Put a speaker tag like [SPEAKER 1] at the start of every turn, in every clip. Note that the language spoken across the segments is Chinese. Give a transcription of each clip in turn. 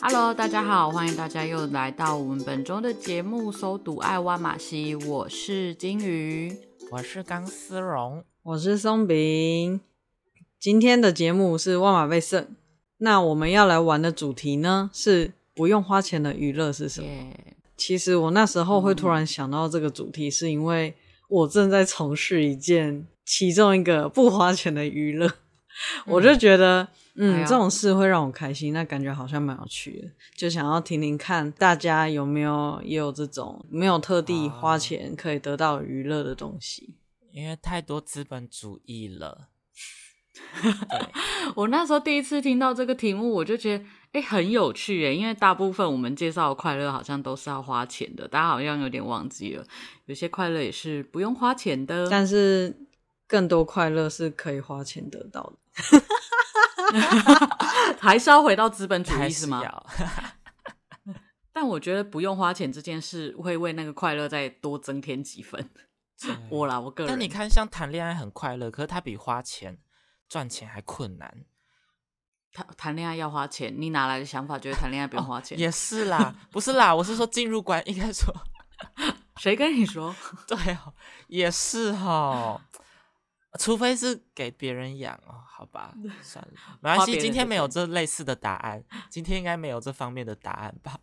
[SPEAKER 1] Hello，大家好，欢迎大家又来到我们本周的节目《搜读爱挖马西》，我是金鱼。
[SPEAKER 2] 我是钢丝绒，
[SPEAKER 3] 我是松饼。今天的节目是万马被胜，那我们要来玩的主题呢是不用花钱的娱乐是什么？
[SPEAKER 1] 耶
[SPEAKER 3] 其实我那时候会突然想到这个主题，是因为我正在从事一件其中一个不花钱的娱乐，我就觉得，
[SPEAKER 1] 哎
[SPEAKER 3] 嗯，
[SPEAKER 1] 呀
[SPEAKER 3] 这种事会让我开心，那感觉好像蛮有趣的，就想要听听看大家有没有也有这种没有特地花钱可以得到娱乐的东西。
[SPEAKER 2] 因为太多资本主义了，
[SPEAKER 1] 我那时候第一次听到这个题目，我就觉得哎、诶很有趣耶，因为大部分我们介绍的快乐好像都是要花钱的，大家好像有点忘记了，有些快乐也是不用花钱的。
[SPEAKER 3] 但是更多快乐是可以花钱得到的。
[SPEAKER 1] 还是要回到资本主
[SPEAKER 2] 还
[SPEAKER 1] 义
[SPEAKER 2] 是
[SPEAKER 1] 是吗？
[SPEAKER 2] 要
[SPEAKER 1] 但我觉得不用花钱这件事会为那个快乐再多增添几分。我啦，我个人。
[SPEAKER 2] 嗯但你看，像谈恋爱很快乐，可是它比花钱赚钱还困难。
[SPEAKER 1] 谈谈恋爱要花钱，你哪来的想法觉得谈恋爱不用花钱？
[SPEAKER 2] 哦也 是啦，不是啦，我是说进入关，应该说
[SPEAKER 1] 谁跟你说？
[SPEAKER 2] 对哦，也是哦，除非是给别人养哦，好吧，算 了，没
[SPEAKER 1] 花
[SPEAKER 2] 关
[SPEAKER 1] 别
[SPEAKER 2] 系，
[SPEAKER 1] 人
[SPEAKER 2] 今天
[SPEAKER 1] 的
[SPEAKER 2] 没有这类似的答案，今天应该没有这方面的答案吧？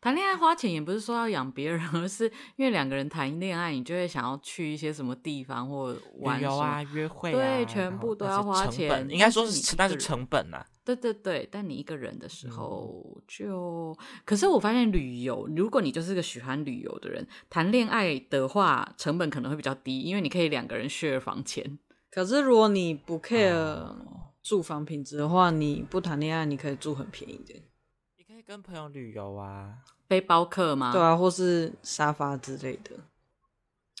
[SPEAKER 1] 谈恋爱花钱也不是说要养别人，而是因为两个人谈恋爱，你就会想要去一些什么地方或玩
[SPEAKER 2] 旅游
[SPEAKER 1] 什么
[SPEAKER 2] 啊，。约会啊，
[SPEAKER 1] 对
[SPEAKER 2] 然
[SPEAKER 1] 全
[SPEAKER 2] 后
[SPEAKER 1] 部都
[SPEAKER 2] 那
[SPEAKER 1] 要
[SPEAKER 2] 些
[SPEAKER 1] 花
[SPEAKER 2] 成
[SPEAKER 1] 钱
[SPEAKER 2] 本应
[SPEAKER 1] 但
[SPEAKER 2] 该
[SPEAKER 1] 是
[SPEAKER 2] 说
[SPEAKER 1] 你
[SPEAKER 2] 是
[SPEAKER 1] 一
[SPEAKER 2] 那
[SPEAKER 1] 个
[SPEAKER 2] 是
[SPEAKER 1] 人
[SPEAKER 2] 成本啊，嗯
[SPEAKER 1] 对对对，但你一个人的时候就，可是我发现旅游，如果你就是个喜欢旅游的人，谈恋爱的话成本可能会比较低，因为你可以两个人 share 房钱。
[SPEAKER 3] 可是如果你不 care
[SPEAKER 2] 哦
[SPEAKER 3] 住房品质的话，你不谈恋爱，你可以住很便宜的，
[SPEAKER 2] 你可以跟朋友旅游啊，
[SPEAKER 1] 背包客吗？
[SPEAKER 3] 对啊，或是沙发之类的。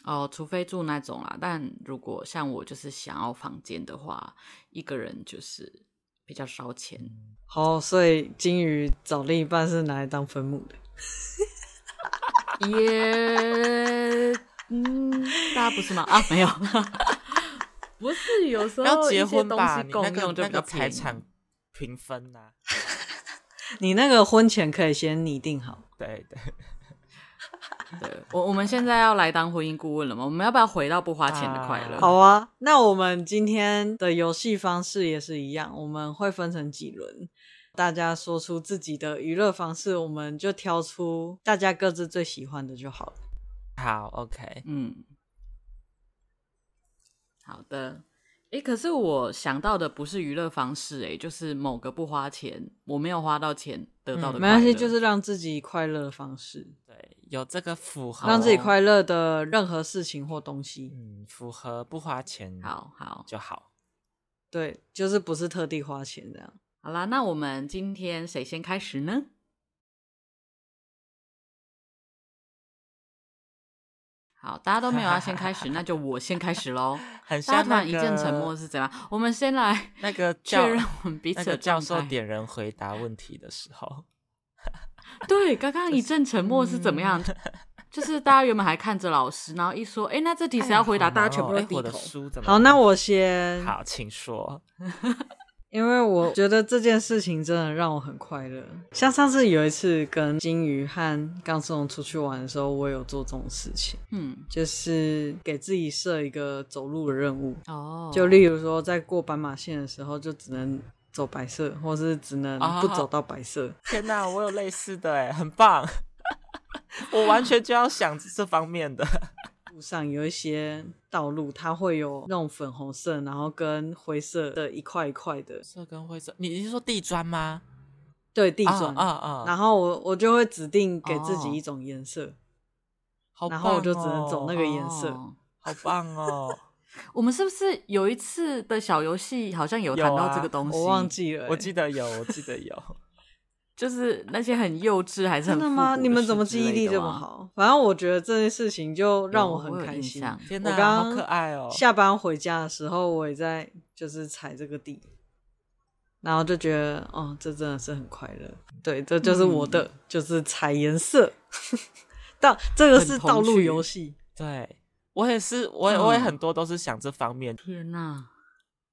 [SPEAKER 1] 哦，除非住那种啦。但如果像我就是想要房间的话，一个人就是比较烧钱。
[SPEAKER 3] 好，所以金鱼找另一半是拿来当分母的。
[SPEAKER 1] 也，嗯，大家不是吗？啊，没有， 不是，有时候
[SPEAKER 2] 要结
[SPEAKER 1] 一些
[SPEAKER 2] 婚
[SPEAKER 1] 东
[SPEAKER 2] 吧，
[SPEAKER 1] 西
[SPEAKER 2] 你
[SPEAKER 1] 共
[SPEAKER 2] 那个
[SPEAKER 1] 用就
[SPEAKER 2] 那
[SPEAKER 1] 比较
[SPEAKER 2] 个财
[SPEAKER 1] 便宜
[SPEAKER 2] 产平分呐、啊
[SPEAKER 3] 你那个婚前可以先拟定好，
[SPEAKER 2] 对 对，
[SPEAKER 1] 对，我我们现在要来当婚姻顾问了吗？我们要不要回到不花钱的快乐？
[SPEAKER 2] 啊
[SPEAKER 3] 好啊。那我们今天的游戏方式也是一样，我们会分成几轮，大家说出自己的娱乐方式，我们就挑出大家各自最喜欢的就好了。
[SPEAKER 2] 好，OK，
[SPEAKER 1] 嗯，好的。诶，可是我想到的不是娱乐方式、诶，就是某个不花钱，我没有花到钱得到的、
[SPEAKER 2] 嗯
[SPEAKER 3] 没关系，就是让自己快乐的方式，
[SPEAKER 2] 对，有这个符合，
[SPEAKER 3] 让自己
[SPEAKER 1] 哦
[SPEAKER 3] 快乐的任何事情或东西，
[SPEAKER 2] 嗯，符合不花钱
[SPEAKER 1] 好好
[SPEAKER 2] 就好。
[SPEAKER 3] 对，就是不是特地花钱这样。
[SPEAKER 1] 好啦，那我们今天谁先开始呢？好，大家都没有要先开始，那就我先开始喽。
[SPEAKER 2] 很
[SPEAKER 1] 大家
[SPEAKER 2] 像
[SPEAKER 1] 突
[SPEAKER 2] 那
[SPEAKER 1] 然
[SPEAKER 2] 个
[SPEAKER 1] 一阵沉默是怎样？我们先来
[SPEAKER 2] 那个
[SPEAKER 1] 确
[SPEAKER 2] 教
[SPEAKER 1] 认我们彼
[SPEAKER 2] 那
[SPEAKER 1] 此的
[SPEAKER 2] 个教
[SPEAKER 1] 状
[SPEAKER 2] 授
[SPEAKER 1] 态。
[SPEAKER 2] 点人回答问题的时 候，
[SPEAKER 1] 对，刚刚一阵沉默是怎么样？ 就是大家原本还看着老师，然后一说，哎，那这题谁要回答？
[SPEAKER 2] 好
[SPEAKER 1] 大家
[SPEAKER 2] 难
[SPEAKER 1] 全部
[SPEAKER 2] 哦
[SPEAKER 1] 都
[SPEAKER 2] 哎
[SPEAKER 1] 低
[SPEAKER 2] 我的
[SPEAKER 1] 头。
[SPEAKER 2] 书怎么
[SPEAKER 3] 好，那我先，
[SPEAKER 2] 好，请说。
[SPEAKER 3] 因为我觉得这件事情真的让我很快乐。像上次有一次跟金鱼和钢丝龙出去玩的时候，我有做这种事情，
[SPEAKER 1] 嗯，
[SPEAKER 3] 就是给自己设一个走路的任务，
[SPEAKER 1] 哦，
[SPEAKER 3] 就例如说在过斑马线的时候，就只能走白色，或是只能不走
[SPEAKER 1] 哦
[SPEAKER 3] 到白色。
[SPEAKER 2] 天哪，我有类似的哎，很棒。 我完全就要想这方 面的，
[SPEAKER 3] 路上有一些道路，它会有那种粉红色，然后跟灰色的一块一块的，
[SPEAKER 2] 色跟灰色，你你是说地砖吗？
[SPEAKER 3] 对地砖。
[SPEAKER 2] 啊啊，啊
[SPEAKER 3] 然后我我就会指定给自己
[SPEAKER 1] 哦
[SPEAKER 3] 一种颜色，
[SPEAKER 2] 好
[SPEAKER 3] 然后我就
[SPEAKER 2] 棒
[SPEAKER 3] 只能走
[SPEAKER 2] 哦
[SPEAKER 3] 那个颜色
[SPEAKER 1] 哦
[SPEAKER 2] 好棒哦！
[SPEAKER 1] 我们是不是有一次的小游戏好像有
[SPEAKER 2] 有
[SPEAKER 1] 谈到这
[SPEAKER 2] 啊
[SPEAKER 1] 个东西？
[SPEAKER 3] 我忘记了欸、
[SPEAKER 2] 我记得有，我记得有。
[SPEAKER 1] 就是那些很幼稚还是很
[SPEAKER 3] 真的吗？
[SPEAKER 1] 复古
[SPEAKER 3] 你们怎么
[SPEAKER 1] 事之
[SPEAKER 3] 记忆力
[SPEAKER 1] 类的
[SPEAKER 3] 这么
[SPEAKER 1] 吗？
[SPEAKER 3] 好？反正我觉得这件事情就让
[SPEAKER 1] 有
[SPEAKER 3] 我
[SPEAKER 1] 我
[SPEAKER 3] 很
[SPEAKER 1] 有
[SPEAKER 3] 开
[SPEAKER 1] 印
[SPEAKER 3] 心。
[SPEAKER 1] 象
[SPEAKER 2] 天
[SPEAKER 3] 我
[SPEAKER 2] 哪，
[SPEAKER 3] 刚
[SPEAKER 2] 好可爱哦！
[SPEAKER 3] 下班回家的时候，我也在就是踩这个地，然后就觉得哦，这真的是很快乐。对，这就是我的，
[SPEAKER 1] 嗯
[SPEAKER 3] 就是踩颜色。 道这个
[SPEAKER 1] 很
[SPEAKER 3] 是
[SPEAKER 1] 童
[SPEAKER 3] 道路
[SPEAKER 1] 趣
[SPEAKER 3] 游戏，
[SPEAKER 2] 对我也是，我也、
[SPEAKER 1] 嗯
[SPEAKER 2] 我也很多都是想这方面，
[SPEAKER 1] 天哪、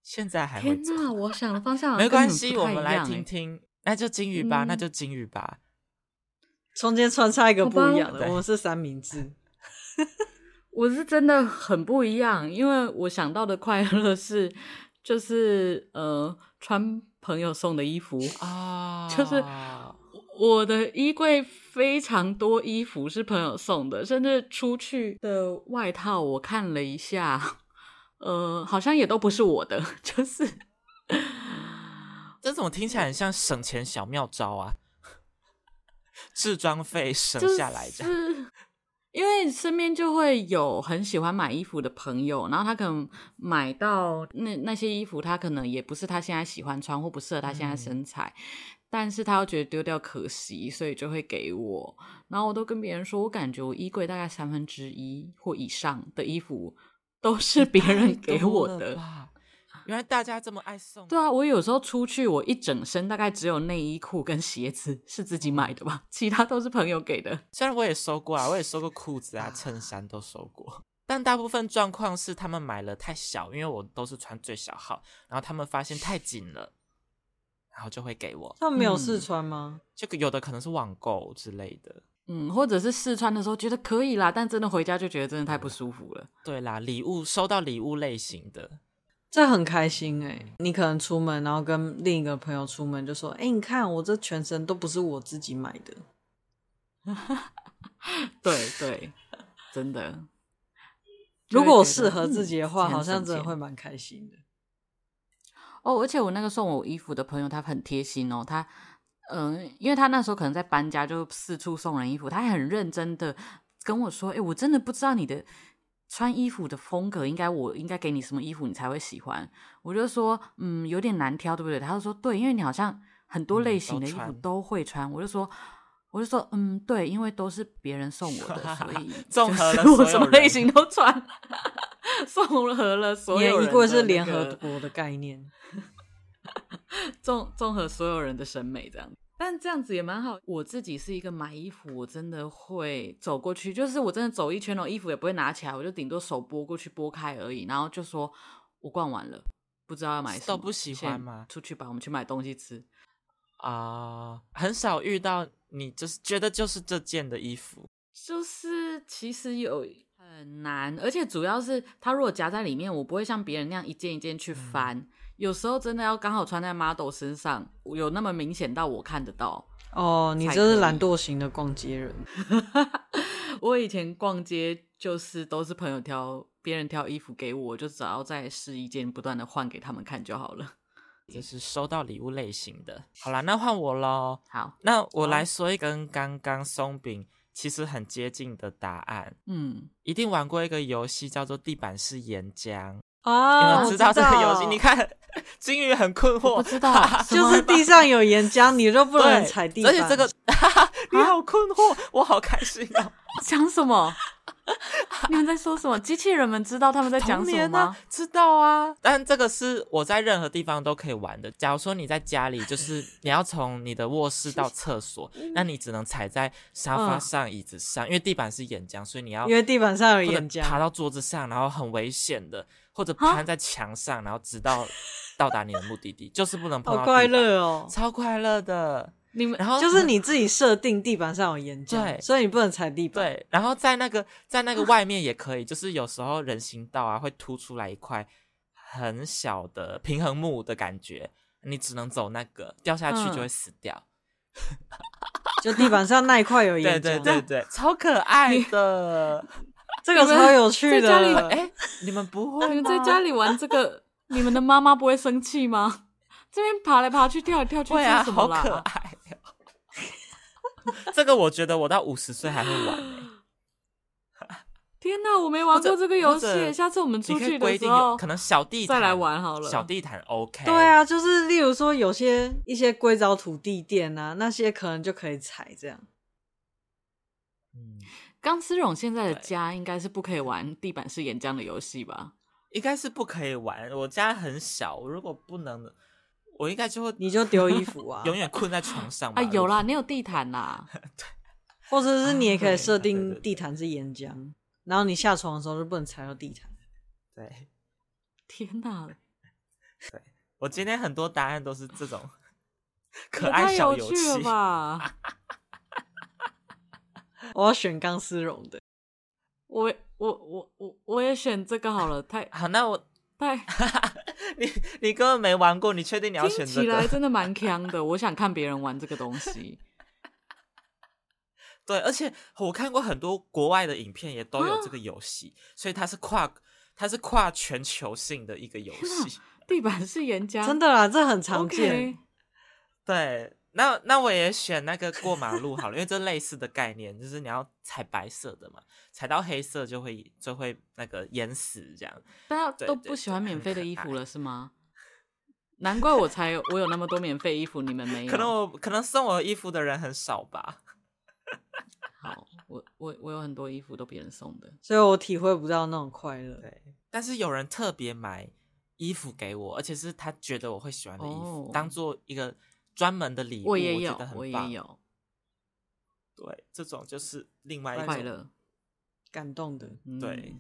[SPEAKER 2] 现在还会
[SPEAKER 1] 天
[SPEAKER 2] 做。
[SPEAKER 1] 哪！我想的方向好像
[SPEAKER 2] 没
[SPEAKER 1] 跟你
[SPEAKER 2] 关
[SPEAKER 1] 们
[SPEAKER 2] 系，
[SPEAKER 1] 不
[SPEAKER 2] 我
[SPEAKER 1] 太
[SPEAKER 2] 们
[SPEAKER 1] 一
[SPEAKER 2] 来
[SPEAKER 1] 样
[SPEAKER 2] 听
[SPEAKER 1] 欸
[SPEAKER 2] 听那就金鱼吧，那
[SPEAKER 1] 嗯
[SPEAKER 2] 就金鱼吧。
[SPEAKER 3] 中间穿插一个
[SPEAKER 1] 好
[SPEAKER 3] 不
[SPEAKER 1] 吧
[SPEAKER 3] 一样的，
[SPEAKER 2] 对
[SPEAKER 3] 我们是三明治。
[SPEAKER 1] 我是真的很不一样，因为我想到的快乐是，就是呃，穿朋友送的衣服。
[SPEAKER 2] 啊，
[SPEAKER 1] 就是我的衣柜非常多衣服是朋友送的，甚至出去的外套我看了一下，呃，好像也都不是我的， 就是
[SPEAKER 2] 这种听起来很像省钱小妙招啊， 置装费省
[SPEAKER 1] 就是
[SPEAKER 2] 下来这样。
[SPEAKER 1] 因为身边就会有很喜欢买衣服的朋友，然后他可能买到那那些衣服，他可能也不是他现在喜欢穿或不适合他现在
[SPEAKER 2] 嗯
[SPEAKER 1] 身材，但是他又觉得丢掉可惜，所以就会给我。然后我都跟别人说，我感觉我衣柜大概三分之一或以上的衣服都是别人给我
[SPEAKER 2] 太多了
[SPEAKER 1] 的。
[SPEAKER 2] 吧，原来大家这么爱送。
[SPEAKER 1] 对啊，我有时候出去，我一整身大概只有内衣裤跟鞋子是自己买的吧，其他都是朋友给的。
[SPEAKER 2] 虽然我也收过啊，我也收过裤子啊、衬衫都收过，但大部分状况是他们买了太小，因为我都是穿最小号，然后他们发现太紧了，然后就会给我。
[SPEAKER 3] 他们没有试
[SPEAKER 1] 嗯
[SPEAKER 3] 穿吗？
[SPEAKER 2] 这个有的可能是网购之类的。
[SPEAKER 1] 嗯，或者是试穿的时候觉得可以啦，但真的回家就觉得真的太不舒服了。
[SPEAKER 2] 对啦，礼物收到礼物类型的，
[SPEAKER 3] 这很开心哎、你可能出门，然后跟另一个朋友出门，就说：“哎、你看我这全身都不是我自己买的。
[SPEAKER 1] 对对，真的。”
[SPEAKER 3] 如果我
[SPEAKER 1] 就会
[SPEAKER 3] 适
[SPEAKER 1] 觉得
[SPEAKER 3] 合自己的话，
[SPEAKER 1] 嗯
[SPEAKER 3] 好像
[SPEAKER 1] 这
[SPEAKER 3] 真
[SPEAKER 1] 样
[SPEAKER 3] 的
[SPEAKER 1] 省
[SPEAKER 3] 会
[SPEAKER 1] 钱
[SPEAKER 3] 蛮开心的。
[SPEAKER 1] 哦。而且我那个送我衣服的朋友，他很贴心哦，他嗯、因为他那时候可能在搬家，就四处送人衣服，他还很认真的跟我说：“哎、我真的不知道你的穿衣服的风格，应该我应该给你什么衣服你才会喜欢。”我就说：“嗯，有点难挑，对不对？”他就说：“对，因为你好像很多
[SPEAKER 2] 嗯
[SPEAKER 1] 类
[SPEAKER 2] 都
[SPEAKER 1] 型的衣服
[SPEAKER 2] 穿
[SPEAKER 1] 都会穿。我就说。我就说，嗯，对，因为都是别人送我的，所以
[SPEAKER 2] 综
[SPEAKER 1] 就
[SPEAKER 2] 合
[SPEAKER 1] 是
[SPEAKER 2] 了所
[SPEAKER 1] 我什
[SPEAKER 2] 有
[SPEAKER 1] 么类
[SPEAKER 2] 人
[SPEAKER 1] 型都穿， 综合了所
[SPEAKER 3] 你
[SPEAKER 1] 有
[SPEAKER 3] 的
[SPEAKER 1] 人
[SPEAKER 3] 衣柜
[SPEAKER 1] 的
[SPEAKER 3] 是
[SPEAKER 1] 那
[SPEAKER 3] 联合
[SPEAKER 1] 个
[SPEAKER 3] 国的概念，
[SPEAKER 1] 综综合所有人的审美这样。但这样子也蛮好。我自己是一个买衣服，我真的会走过去，就是我真的走一圈哦，衣服也不会拿起来，我就顶多手拨过去拨开而已，然后就说我逛完了，不知道要买什么，
[SPEAKER 2] 都不喜欢
[SPEAKER 1] 现在
[SPEAKER 2] 吗
[SPEAKER 1] 出去吧，我们去买东西吃。
[SPEAKER 2] 啊、很少遇到你就是觉得就是这件的衣服，
[SPEAKER 1] 就是其实有很难，而且主要是它如果夹在里面，我不会像别人那样一件一
[SPEAKER 2] 嗯
[SPEAKER 1] 件去翻。有时候真的要刚好穿在 model 身上，有那么明显到我看得到。
[SPEAKER 3] 哦，你
[SPEAKER 1] 才
[SPEAKER 3] 这
[SPEAKER 1] 可
[SPEAKER 3] 是
[SPEAKER 1] 以
[SPEAKER 3] 懒惰型的逛街人，
[SPEAKER 1] 我以前逛街就是都是朋友挑，别人挑衣服给我，我就只要再试一件，不断的换给他们看就好了。
[SPEAKER 2] 就是收到礼物类型的。好啦，那换我喽。
[SPEAKER 1] 好，
[SPEAKER 2] 那我
[SPEAKER 1] 好
[SPEAKER 2] 来说一个跟刚刚松饼其实很接近的答案。
[SPEAKER 1] 嗯，
[SPEAKER 2] 一定玩过一个游戏叫做地板式岩浆，你
[SPEAKER 3] 啊，
[SPEAKER 2] 们
[SPEAKER 3] 我
[SPEAKER 2] 知道这个游戏？
[SPEAKER 3] 道
[SPEAKER 2] 你，看， 金鱼很困惑，
[SPEAKER 1] 我不知道什
[SPEAKER 3] 就
[SPEAKER 1] 么
[SPEAKER 3] 是地上有岩浆，你就不能
[SPEAKER 2] 对，
[SPEAKER 3] 踩地
[SPEAKER 2] 而
[SPEAKER 3] 板。
[SPEAKER 2] 且这个， 你好困惑，我好开心哦。
[SPEAKER 1] 讲什么？你们在说什么？机器人们知道他们在讲
[SPEAKER 2] 童
[SPEAKER 1] 什么
[SPEAKER 2] 年
[SPEAKER 1] 吗
[SPEAKER 2] 啊？，知道啊，但这个是我在任何地方都可以玩的。假如说你在家里，就是你要从你的卧室到厕所，那你只能踩在沙发
[SPEAKER 3] 嗯
[SPEAKER 2] 上、椅子上，因为地板是岩浆，所以你要
[SPEAKER 3] 因为地板上有
[SPEAKER 2] 或
[SPEAKER 3] 岩
[SPEAKER 2] 者爬
[SPEAKER 3] 浆，
[SPEAKER 2] 到桌子上，然后很危险的，或者
[SPEAKER 1] 啊
[SPEAKER 2] 攀在墙上，然后直到 到达你的目的地，就是不能碰到
[SPEAKER 3] 好
[SPEAKER 2] 地板
[SPEAKER 3] 快，乐哦！
[SPEAKER 2] 超快乐的。
[SPEAKER 1] 你们
[SPEAKER 2] 然后
[SPEAKER 3] 就是你自己设定地板上有岩
[SPEAKER 2] 哦对
[SPEAKER 3] 浆，所以你不能踩地板。
[SPEAKER 2] 对，然后在那个在那个外面也可以，就是有时候人行道啊会凸出来一块很小的平衡木的感觉，你只能走那个，掉下去就会
[SPEAKER 1] 嗯
[SPEAKER 2] 死掉。
[SPEAKER 3] 就地板上那一块有
[SPEAKER 2] 对
[SPEAKER 3] 岩浆，
[SPEAKER 2] 对对 对，超可爱的。
[SPEAKER 3] 这个超有趣
[SPEAKER 1] 在家里
[SPEAKER 3] 的。
[SPEAKER 2] 哎、你们不会
[SPEAKER 1] 你
[SPEAKER 2] 吗？
[SPEAKER 1] 们在家里玩这个，你们的妈妈不会生气吗？ 这边爬来爬去，跳来跳去，
[SPEAKER 2] 会
[SPEAKER 1] 这
[SPEAKER 2] 啊，
[SPEAKER 1] 是什么
[SPEAKER 2] 好可
[SPEAKER 1] 啦？
[SPEAKER 2] 爱、哦。 这个我觉得我到五十岁还会玩、欸。
[SPEAKER 1] 天哪，我没玩过这个游
[SPEAKER 2] 或者
[SPEAKER 1] 戏，下次我们
[SPEAKER 2] 你
[SPEAKER 1] 出
[SPEAKER 2] 可以
[SPEAKER 1] 去
[SPEAKER 2] 规
[SPEAKER 1] 的时
[SPEAKER 2] 定
[SPEAKER 1] 候
[SPEAKER 2] 有可能小地
[SPEAKER 1] 再
[SPEAKER 2] 毯
[SPEAKER 1] 来玩好了
[SPEAKER 2] 小地毯 OK。
[SPEAKER 3] 对，啊，就是例如说有些一些硅藻土地垫啊，那些可能就可以踩这样。
[SPEAKER 2] 嗯，
[SPEAKER 1] 钢丝绒现在的
[SPEAKER 2] 对
[SPEAKER 1] 家应该是不可以玩地板式岩浆的游戏吧？
[SPEAKER 2] 应该是不可以玩。我家很小，如果不能，我应该就会
[SPEAKER 3] 你就丢衣服啊，
[SPEAKER 2] 永远困在床上吧。
[SPEAKER 1] 啊，有
[SPEAKER 2] 啦，
[SPEAKER 1] 啦，你有地毯啦，
[SPEAKER 3] 或者是你也可以设
[SPEAKER 2] 啊对对
[SPEAKER 3] 定
[SPEAKER 2] 对
[SPEAKER 3] 地毯是岩浆，然后你下床的时候就不能踩到 地毯。
[SPEAKER 2] 对
[SPEAKER 1] 天哪！
[SPEAKER 2] 我今天很多答案都是这种可爱小啊
[SPEAKER 1] 也太有
[SPEAKER 2] 漆
[SPEAKER 1] 趣了吧？
[SPEAKER 3] 我要选钢丝绒的。
[SPEAKER 1] 我我我我我也选这个好了，太
[SPEAKER 2] 好，那我
[SPEAKER 1] 太
[SPEAKER 2] 你你根本没玩过，你确定你要
[SPEAKER 1] 听
[SPEAKER 2] 选
[SPEAKER 1] 起
[SPEAKER 2] 这
[SPEAKER 1] 来
[SPEAKER 2] 个？
[SPEAKER 1] 真的蛮强的。我想看别人玩这个东西，
[SPEAKER 2] 对，而且我看过很多国外的影片也都有这个游戏，所以它是跨它是跨全球性的一个游戏。
[SPEAKER 1] 地板是岩
[SPEAKER 2] 啊
[SPEAKER 1] 浆，
[SPEAKER 3] 真的啦，这很常
[SPEAKER 1] OK
[SPEAKER 3] 见。
[SPEAKER 2] 对，那那我也选那个过马路好了，因为这类似的概念，就是你要踩白色的嘛，踩到黑色就会就会那个淹死这样。
[SPEAKER 1] 大家
[SPEAKER 2] 对
[SPEAKER 1] 都
[SPEAKER 2] 对
[SPEAKER 1] 不喜欢
[SPEAKER 2] 对
[SPEAKER 1] 免
[SPEAKER 2] 很
[SPEAKER 1] 费的
[SPEAKER 2] 可
[SPEAKER 1] 衣服
[SPEAKER 2] 爱
[SPEAKER 1] 了是 吗？难怪我才有我有那么多免费衣服，你们没有。
[SPEAKER 2] 可能我可能送我衣服的人很少吧。
[SPEAKER 1] 好，我我我有很多衣服都别人送的，
[SPEAKER 3] 所以我体会不到那种快乐。
[SPEAKER 2] 对，但是有人特别买衣服给我，而且是他觉得我会喜欢的衣服，
[SPEAKER 1] 哦
[SPEAKER 2] 当做一个专门的礼物，
[SPEAKER 1] 我也有
[SPEAKER 2] 觉得，很
[SPEAKER 1] 我
[SPEAKER 2] 棒
[SPEAKER 1] 也。有
[SPEAKER 2] 对，这种就是另外一
[SPEAKER 1] 快
[SPEAKER 2] 种。
[SPEAKER 1] 乐。
[SPEAKER 3] 感动的，
[SPEAKER 1] 嗯、
[SPEAKER 2] 对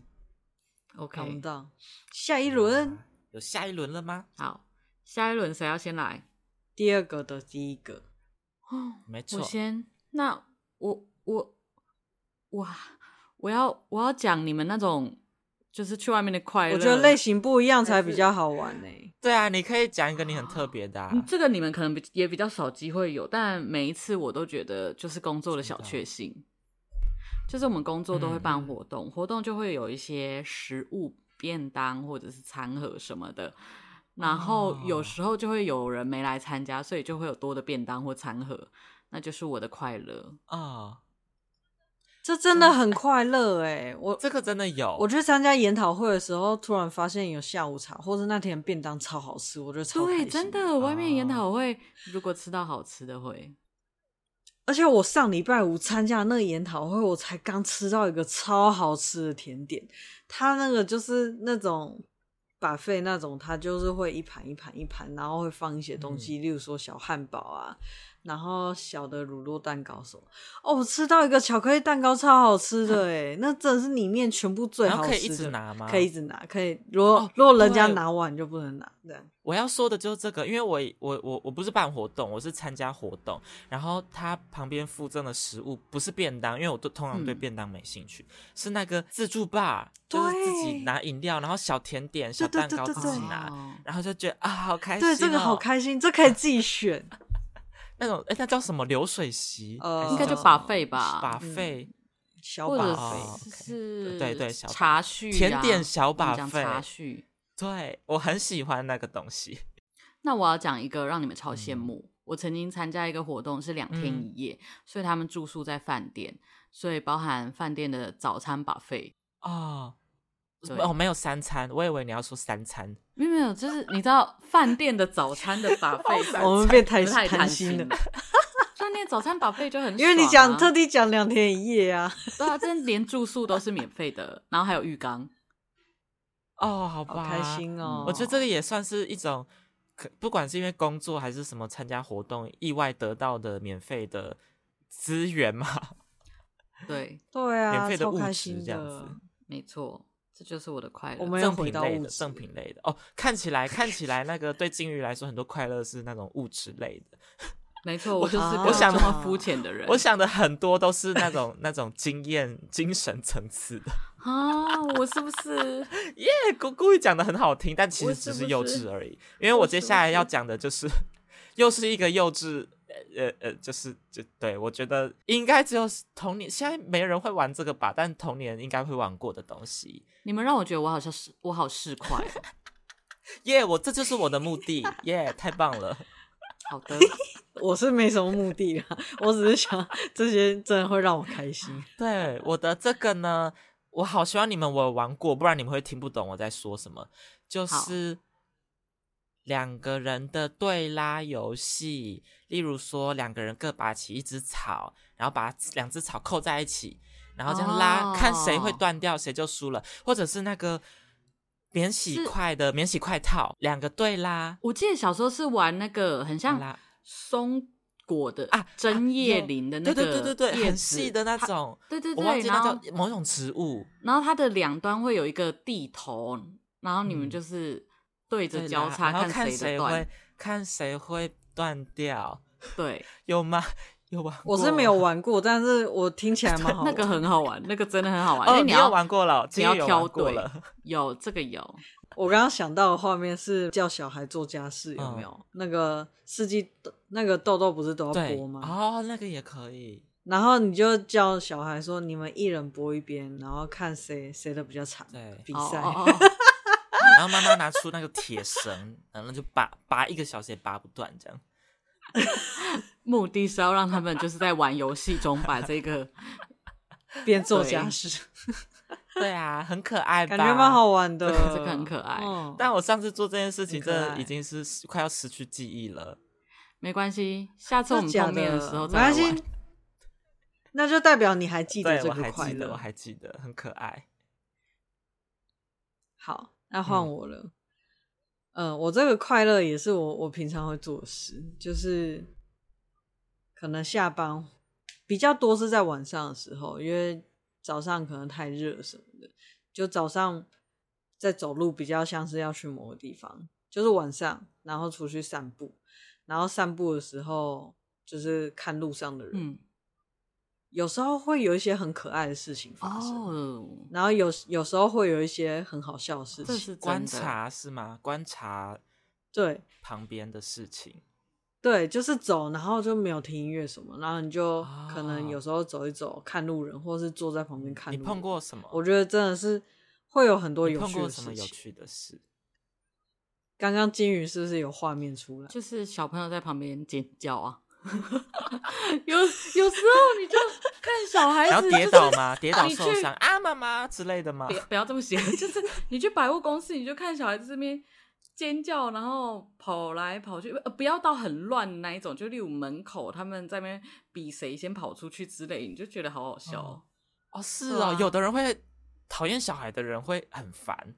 [SPEAKER 3] 看不
[SPEAKER 1] ，OK，
[SPEAKER 3] 到。下一轮，
[SPEAKER 2] 有下一轮了吗？
[SPEAKER 1] 好，下一轮谁要先来？
[SPEAKER 3] 第二个的第一个，
[SPEAKER 1] 哦，
[SPEAKER 2] 没错
[SPEAKER 1] 我，先，那我我哇，我要我要讲你们那种就是去外面的快乐，
[SPEAKER 3] 我觉得类型不一样才比较好玩呢、欸
[SPEAKER 2] 对啊，你可以讲一个你很特别的、啊。
[SPEAKER 1] 嗯这个你们可能比也比较少机会有，但每一次我都觉得就是工作的小
[SPEAKER 2] 真的
[SPEAKER 1] 确幸，就是我们工作都会办
[SPEAKER 2] 嗯
[SPEAKER 1] 活动，活动就会有一些食物、便当或者是餐盒什么的，然后有
[SPEAKER 2] 哦
[SPEAKER 1] 时候就会有人没来参加，所以就会有多的便当或餐盒，那就是我的快乐。
[SPEAKER 2] 哦，
[SPEAKER 3] 这真的很快乐哎、我
[SPEAKER 2] 这个真的有，
[SPEAKER 3] 我去参加研讨会的时候，突然发现有下午茶，或者那天便当超好吃，我觉得超开
[SPEAKER 1] 对，
[SPEAKER 3] 心
[SPEAKER 1] 真。的，外面研
[SPEAKER 2] 哦
[SPEAKER 1] 讨会、如果吃到好吃的会，
[SPEAKER 3] 而且我上礼拜五参加那个研讨会，我才刚吃到一个超好吃的甜点，它那个就是那种。把费那种，它就是会一盘一盘一盘，然后会放一些东
[SPEAKER 2] 嗯
[SPEAKER 3] 西，例如说小汉堡啊，然后小的乳酪蛋糕什么。哦，我吃到一个巧克力蛋糕超好吃的哎， 那真的是里面全部最
[SPEAKER 2] 然
[SPEAKER 3] 好
[SPEAKER 2] 后
[SPEAKER 3] 吃的。
[SPEAKER 2] 可以一直拿吗？
[SPEAKER 3] 可以一直拿，可以。如果、
[SPEAKER 2] 哦
[SPEAKER 3] 如果人家
[SPEAKER 2] 对
[SPEAKER 3] 拿完就不能拿，啊这样
[SPEAKER 2] 我要说的就是这个，因为我我我我不是办活动，我是参加活动，然后它旁边附赠的食物不是便当，因为我都通常对
[SPEAKER 1] 嗯
[SPEAKER 2] 便当没兴趣，是那个自助吧，就是
[SPEAKER 3] 对
[SPEAKER 2] 自己拿饮料，然后小甜点、小
[SPEAKER 3] 对对
[SPEAKER 2] 蛋糕
[SPEAKER 3] 对对
[SPEAKER 2] 自己
[SPEAKER 3] 对
[SPEAKER 2] 拿，
[SPEAKER 1] 哦
[SPEAKER 2] 然后就觉得啊好开心、哦，
[SPEAKER 3] 对这个好，开心，这可以自 己选。
[SPEAKER 2] 那种哎那叫什么流水席，
[SPEAKER 3] 呃嗯
[SPEAKER 2] 还是
[SPEAKER 1] 应该
[SPEAKER 2] 叫
[SPEAKER 1] 就
[SPEAKER 2] 什
[SPEAKER 1] 把
[SPEAKER 2] 么
[SPEAKER 1] 费吧，
[SPEAKER 2] 把费、
[SPEAKER 3] 小
[SPEAKER 1] 或
[SPEAKER 3] 把
[SPEAKER 1] 者
[SPEAKER 2] 哦
[SPEAKER 3] 费，
[SPEAKER 2] ，OK，
[SPEAKER 1] 是
[SPEAKER 2] 对对小
[SPEAKER 1] 茶叙啊、
[SPEAKER 2] 甜点小
[SPEAKER 1] 我们
[SPEAKER 2] 把
[SPEAKER 1] 讲
[SPEAKER 2] 费
[SPEAKER 1] 茶叙。
[SPEAKER 2] 对我很喜欢那个东西，
[SPEAKER 1] 那我要讲一个让你们超羡
[SPEAKER 3] 嗯
[SPEAKER 1] 慕。我曾经参加一个活动是两天
[SPEAKER 2] 嗯
[SPEAKER 1] 一夜，所以他们住宿在饭店，所以包含饭店的早餐把费。
[SPEAKER 2] 哦，
[SPEAKER 1] 对
[SPEAKER 2] 哦，没有三餐，我以为你要说三餐。，
[SPEAKER 1] 没有没有，就是你知道饭店的早餐的把费
[SPEAKER 3] 我们变
[SPEAKER 1] 不
[SPEAKER 3] 贪
[SPEAKER 1] 太
[SPEAKER 3] 贪
[SPEAKER 1] 心
[SPEAKER 3] 心了，。
[SPEAKER 1] 饭店早餐把费就很、啊
[SPEAKER 3] 因为你讲特地讲两天一夜啊，
[SPEAKER 1] 对啊，真的连住宿都是免费的，然后还有浴缸。
[SPEAKER 2] 哦，好
[SPEAKER 3] 好
[SPEAKER 2] 吧，
[SPEAKER 3] 开心哦！
[SPEAKER 2] 我觉得这个也算是一种，可不管是因为工作还是什么参加活动，意外得到的免费的资源嘛，
[SPEAKER 1] 对，
[SPEAKER 3] 对啊，
[SPEAKER 2] 免费的
[SPEAKER 3] 超
[SPEAKER 2] 物
[SPEAKER 3] 开
[SPEAKER 2] 质
[SPEAKER 3] 心
[SPEAKER 2] 这样子
[SPEAKER 3] 的。
[SPEAKER 1] 没错，这就是我的快乐。
[SPEAKER 3] 我们又
[SPEAKER 2] 赠
[SPEAKER 3] 回
[SPEAKER 2] 品
[SPEAKER 3] 到
[SPEAKER 2] 类
[SPEAKER 3] 物
[SPEAKER 2] 的，
[SPEAKER 3] 质
[SPEAKER 2] 赠品类的。哦，看起来看起来那个对金鱼来说，很多快乐是那种物质类的。
[SPEAKER 1] 没错，我就是
[SPEAKER 3] 我
[SPEAKER 1] 个
[SPEAKER 2] 想
[SPEAKER 1] 这么肤浅的人。
[SPEAKER 2] 我想的很多都是那种那种经验、精神层次的。
[SPEAKER 1] 啊，我是不是？
[SPEAKER 2] 耶、故故意讲的很好听，但其
[SPEAKER 1] 我
[SPEAKER 2] 实
[SPEAKER 1] 是
[SPEAKER 2] 只
[SPEAKER 1] 不
[SPEAKER 2] 是幼
[SPEAKER 1] 是
[SPEAKER 2] 稚而已。因为我
[SPEAKER 1] 我
[SPEAKER 2] 接
[SPEAKER 1] 是
[SPEAKER 2] 下
[SPEAKER 1] 不
[SPEAKER 2] 来要
[SPEAKER 1] 是
[SPEAKER 2] 讲的就是，又是一个幼稚，呃呃呃，就是就对我觉得应该只有童年，现在没人会玩这个吧？但童年应该会玩过的东西。
[SPEAKER 1] 你们让我觉得我好像是我好市侩哦。
[SPEAKER 2] 耶、我这就是我的目的。耶、太棒了！
[SPEAKER 1] 好 的，
[SPEAKER 3] 我是没什么目的啦，啊我只是想这些真的会让我开心。
[SPEAKER 2] 对我的这个呢，我好希望你们我有玩过，不然你们会听不懂我在说什么。就
[SPEAKER 1] 好
[SPEAKER 2] 是两个人的对拉游戏，例如说两个人各拔起一只草，然后把两只草扣在一起，然后这样拉，看谁会
[SPEAKER 1] 哦
[SPEAKER 2] 断掉，谁就输了，或者是那个。免洗
[SPEAKER 1] 是
[SPEAKER 2] 筷的免洗筷套，两个对拉，
[SPEAKER 1] 我记得小时候是玩那个很像
[SPEAKER 2] 拉
[SPEAKER 1] 松果的
[SPEAKER 2] 啊
[SPEAKER 1] 针叶
[SPEAKER 2] 有
[SPEAKER 1] 林的那
[SPEAKER 2] 对
[SPEAKER 1] 个
[SPEAKER 2] 对对对对，
[SPEAKER 1] 叶
[SPEAKER 2] 很
[SPEAKER 1] 子
[SPEAKER 2] 细的那，种，
[SPEAKER 1] 它对对
[SPEAKER 2] 我忘
[SPEAKER 1] 对，
[SPEAKER 2] 记
[SPEAKER 1] 然
[SPEAKER 2] 那
[SPEAKER 1] 后
[SPEAKER 2] 叫某种植物，
[SPEAKER 1] 然后它的两端会有一个地头，然后你们
[SPEAKER 2] 嗯
[SPEAKER 1] 就是对着
[SPEAKER 2] 对
[SPEAKER 1] 交
[SPEAKER 2] 啦
[SPEAKER 1] 叉
[SPEAKER 2] 然后看
[SPEAKER 1] 谁的
[SPEAKER 2] 会
[SPEAKER 1] 断。
[SPEAKER 2] 看谁会断掉，
[SPEAKER 1] 对，
[SPEAKER 2] 有吗？有玩过？
[SPEAKER 3] 我是没有玩过，但是我听起来蛮好
[SPEAKER 1] 那
[SPEAKER 3] 玩。
[SPEAKER 1] 个很好玩，那个真的很好玩，因
[SPEAKER 2] 哦，
[SPEAKER 1] 为
[SPEAKER 2] 你有
[SPEAKER 1] 要
[SPEAKER 2] 玩过了，
[SPEAKER 1] 你
[SPEAKER 2] 今
[SPEAKER 1] 要
[SPEAKER 2] 天有玩
[SPEAKER 1] 挑
[SPEAKER 2] 过
[SPEAKER 1] 对
[SPEAKER 2] 了。，
[SPEAKER 1] 有这个有，
[SPEAKER 3] 我刚刚想到的画面是叫小孩做家事，有没有？那个世纪那个豆豆不是都要
[SPEAKER 2] 对，
[SPEAKER 3] 剥吗？
[SPEAKER 2] 哦，那个也可以。
[SPEAKER 3] 然后你就叫小孩说，你们一人播一边，然后看谁谁的比较长。
[SPEAKER 2] 对
[SPEAKER 3] 比
[SPEAKER 1] 哦
[SPEAKER 3] 赛。
[SPEAKER 1] 哦 哦，
[SPEAKER 2] 然后妈妈拿出那个铁绳，然后就拔拔一个小时也拔不断，这样。
[SPEAKER 1] 目的是要让他们就是在玩游戏中把这 个，
[SPEAKER 3] 边做家事，
[SPEAKER 2] 对啊，很可爱吧？
[SPEAKER 3] 感觉蛮。好玩
[SPEAKER 2] 呃
[SPEAKER 3] 的。
[SPEAKER 1] 这个很可爱
[SPEAKER 3] 嗯
[SPEAKER 2] 但我上次做这件事情，
[SPEAKER 3] 很可
[SPEAKER 2] 真
[SPEAKER 3] 爱
[SPEAKER 2] 的已经是快要失去记忆了。
[SPEAKER 1] 没关系，下次我们
[SPEAKER 3] 真假
[SPEAKER 1] 碰面的时候
[SPEAKER 3] 没
[SPEAKER 1] 再来
[SPEAKER 3] 关系
[SPEAKER 1] 玩。，
[SPEAKER 3] 那就代表你还记得
[SPEAKER 2] 对，
[SPEAKER 3] 这
[SPEAKER 2] 我
[SPEAKER 3] 个
[SPEAKER 2] 还
[SPEAKER 3] 快
[SPEAKER 2] 记得，我
[SPEAKER 3] 乐。
[SPEAKER 2] 还记得，很可爱。
[SPEAKER 3] 好，那换我了。嗯、我这个快乐也是我我平常会做的事，就是可能下班比较多是在晚上的时候，因为早上可能太热什么的，就早上在走路比较像是要去某个地方，就是晚上然后出去散步，然后散步的时候就是看路上的人，
[SPEAKER 1] 嗯，
[SPEAKER 3] 有时候会有一些很可爱的事情发生，
[SPEAKER 1] 哦，
[SPEAKER 3] 然后有有时候会有一些很好笑的事
[SPEAKER 1] 这
[SPEAKER 3] 情。
[SPEAKER 1] 是
[SPEAKER 2] 观
[SPEAKER 1] 真的，
[SPEAKER 2] 察是吗？观察
[SPEAKER 3] 对
[SPEAKER 2] 旁边的事情。
[SPEAKER 3] 对，就是走，然后就没有听音乐什么，然后你就
[SPEAKER 2] 哦
[SPEAKER 3] 可能有时候走一走，看路人，或是坐在旁边看
[SPEAKER 2] 你
[SPEAKER 3] 路人。
[SPEAKER 2] 碰？过什么？
[SPEAKER 3] 我觉得真的是会有很多
[SPEAKER 2] 你
[SPEAKER 3] 有
[SPEAKER 2] 碰
[SPEAKER 3] 趣
[SPEAKER 2] 过
[SPEAKER 3] 的
[SPEAKER 2] 什么
[SPEAKER 3] 事
[SPEAKER 2] 有
[SPEAKER 3] 情。
[SPEAKER 2] 趣的事？
[SPEAKER 3] 刚刚金鱼是不是有画面出来？
[SPEAKER 1] 就是小朋友在旁边尖叫 啊。有有时候你就看小孩
[SPEAKER 3] 哎
[SPEAKER 2] 然
[SPEAKER 1] 子
[SPEAKER 2] 后
[SPEAKER 1] 就
[SPEAKER 2] 跌
[SPEAKER 1] 是
[SPEAKER 2] 倒吗？跌倒
[SPEAKER 1] 你
[SPEAKER 2] 受
[SPEAKER 1] 去
[SPEAKER 2] 伤啊，妈妈之类的吗？
[SPEAKER 1] 别不要这么写， 就是你去百货公司，你就看小孩子这边尖叫，然后跑来跑去，呃，不要到很乱的那一种，就例如门口他们在那边比谁先跑出去之类，你就觉得好好笑、哦，
[SPEAKER 2] 哦，是
[SPEAKER 3] 对啊
[SPEAKER 2] 哦，有的人会讨厌小孩的人会很烦，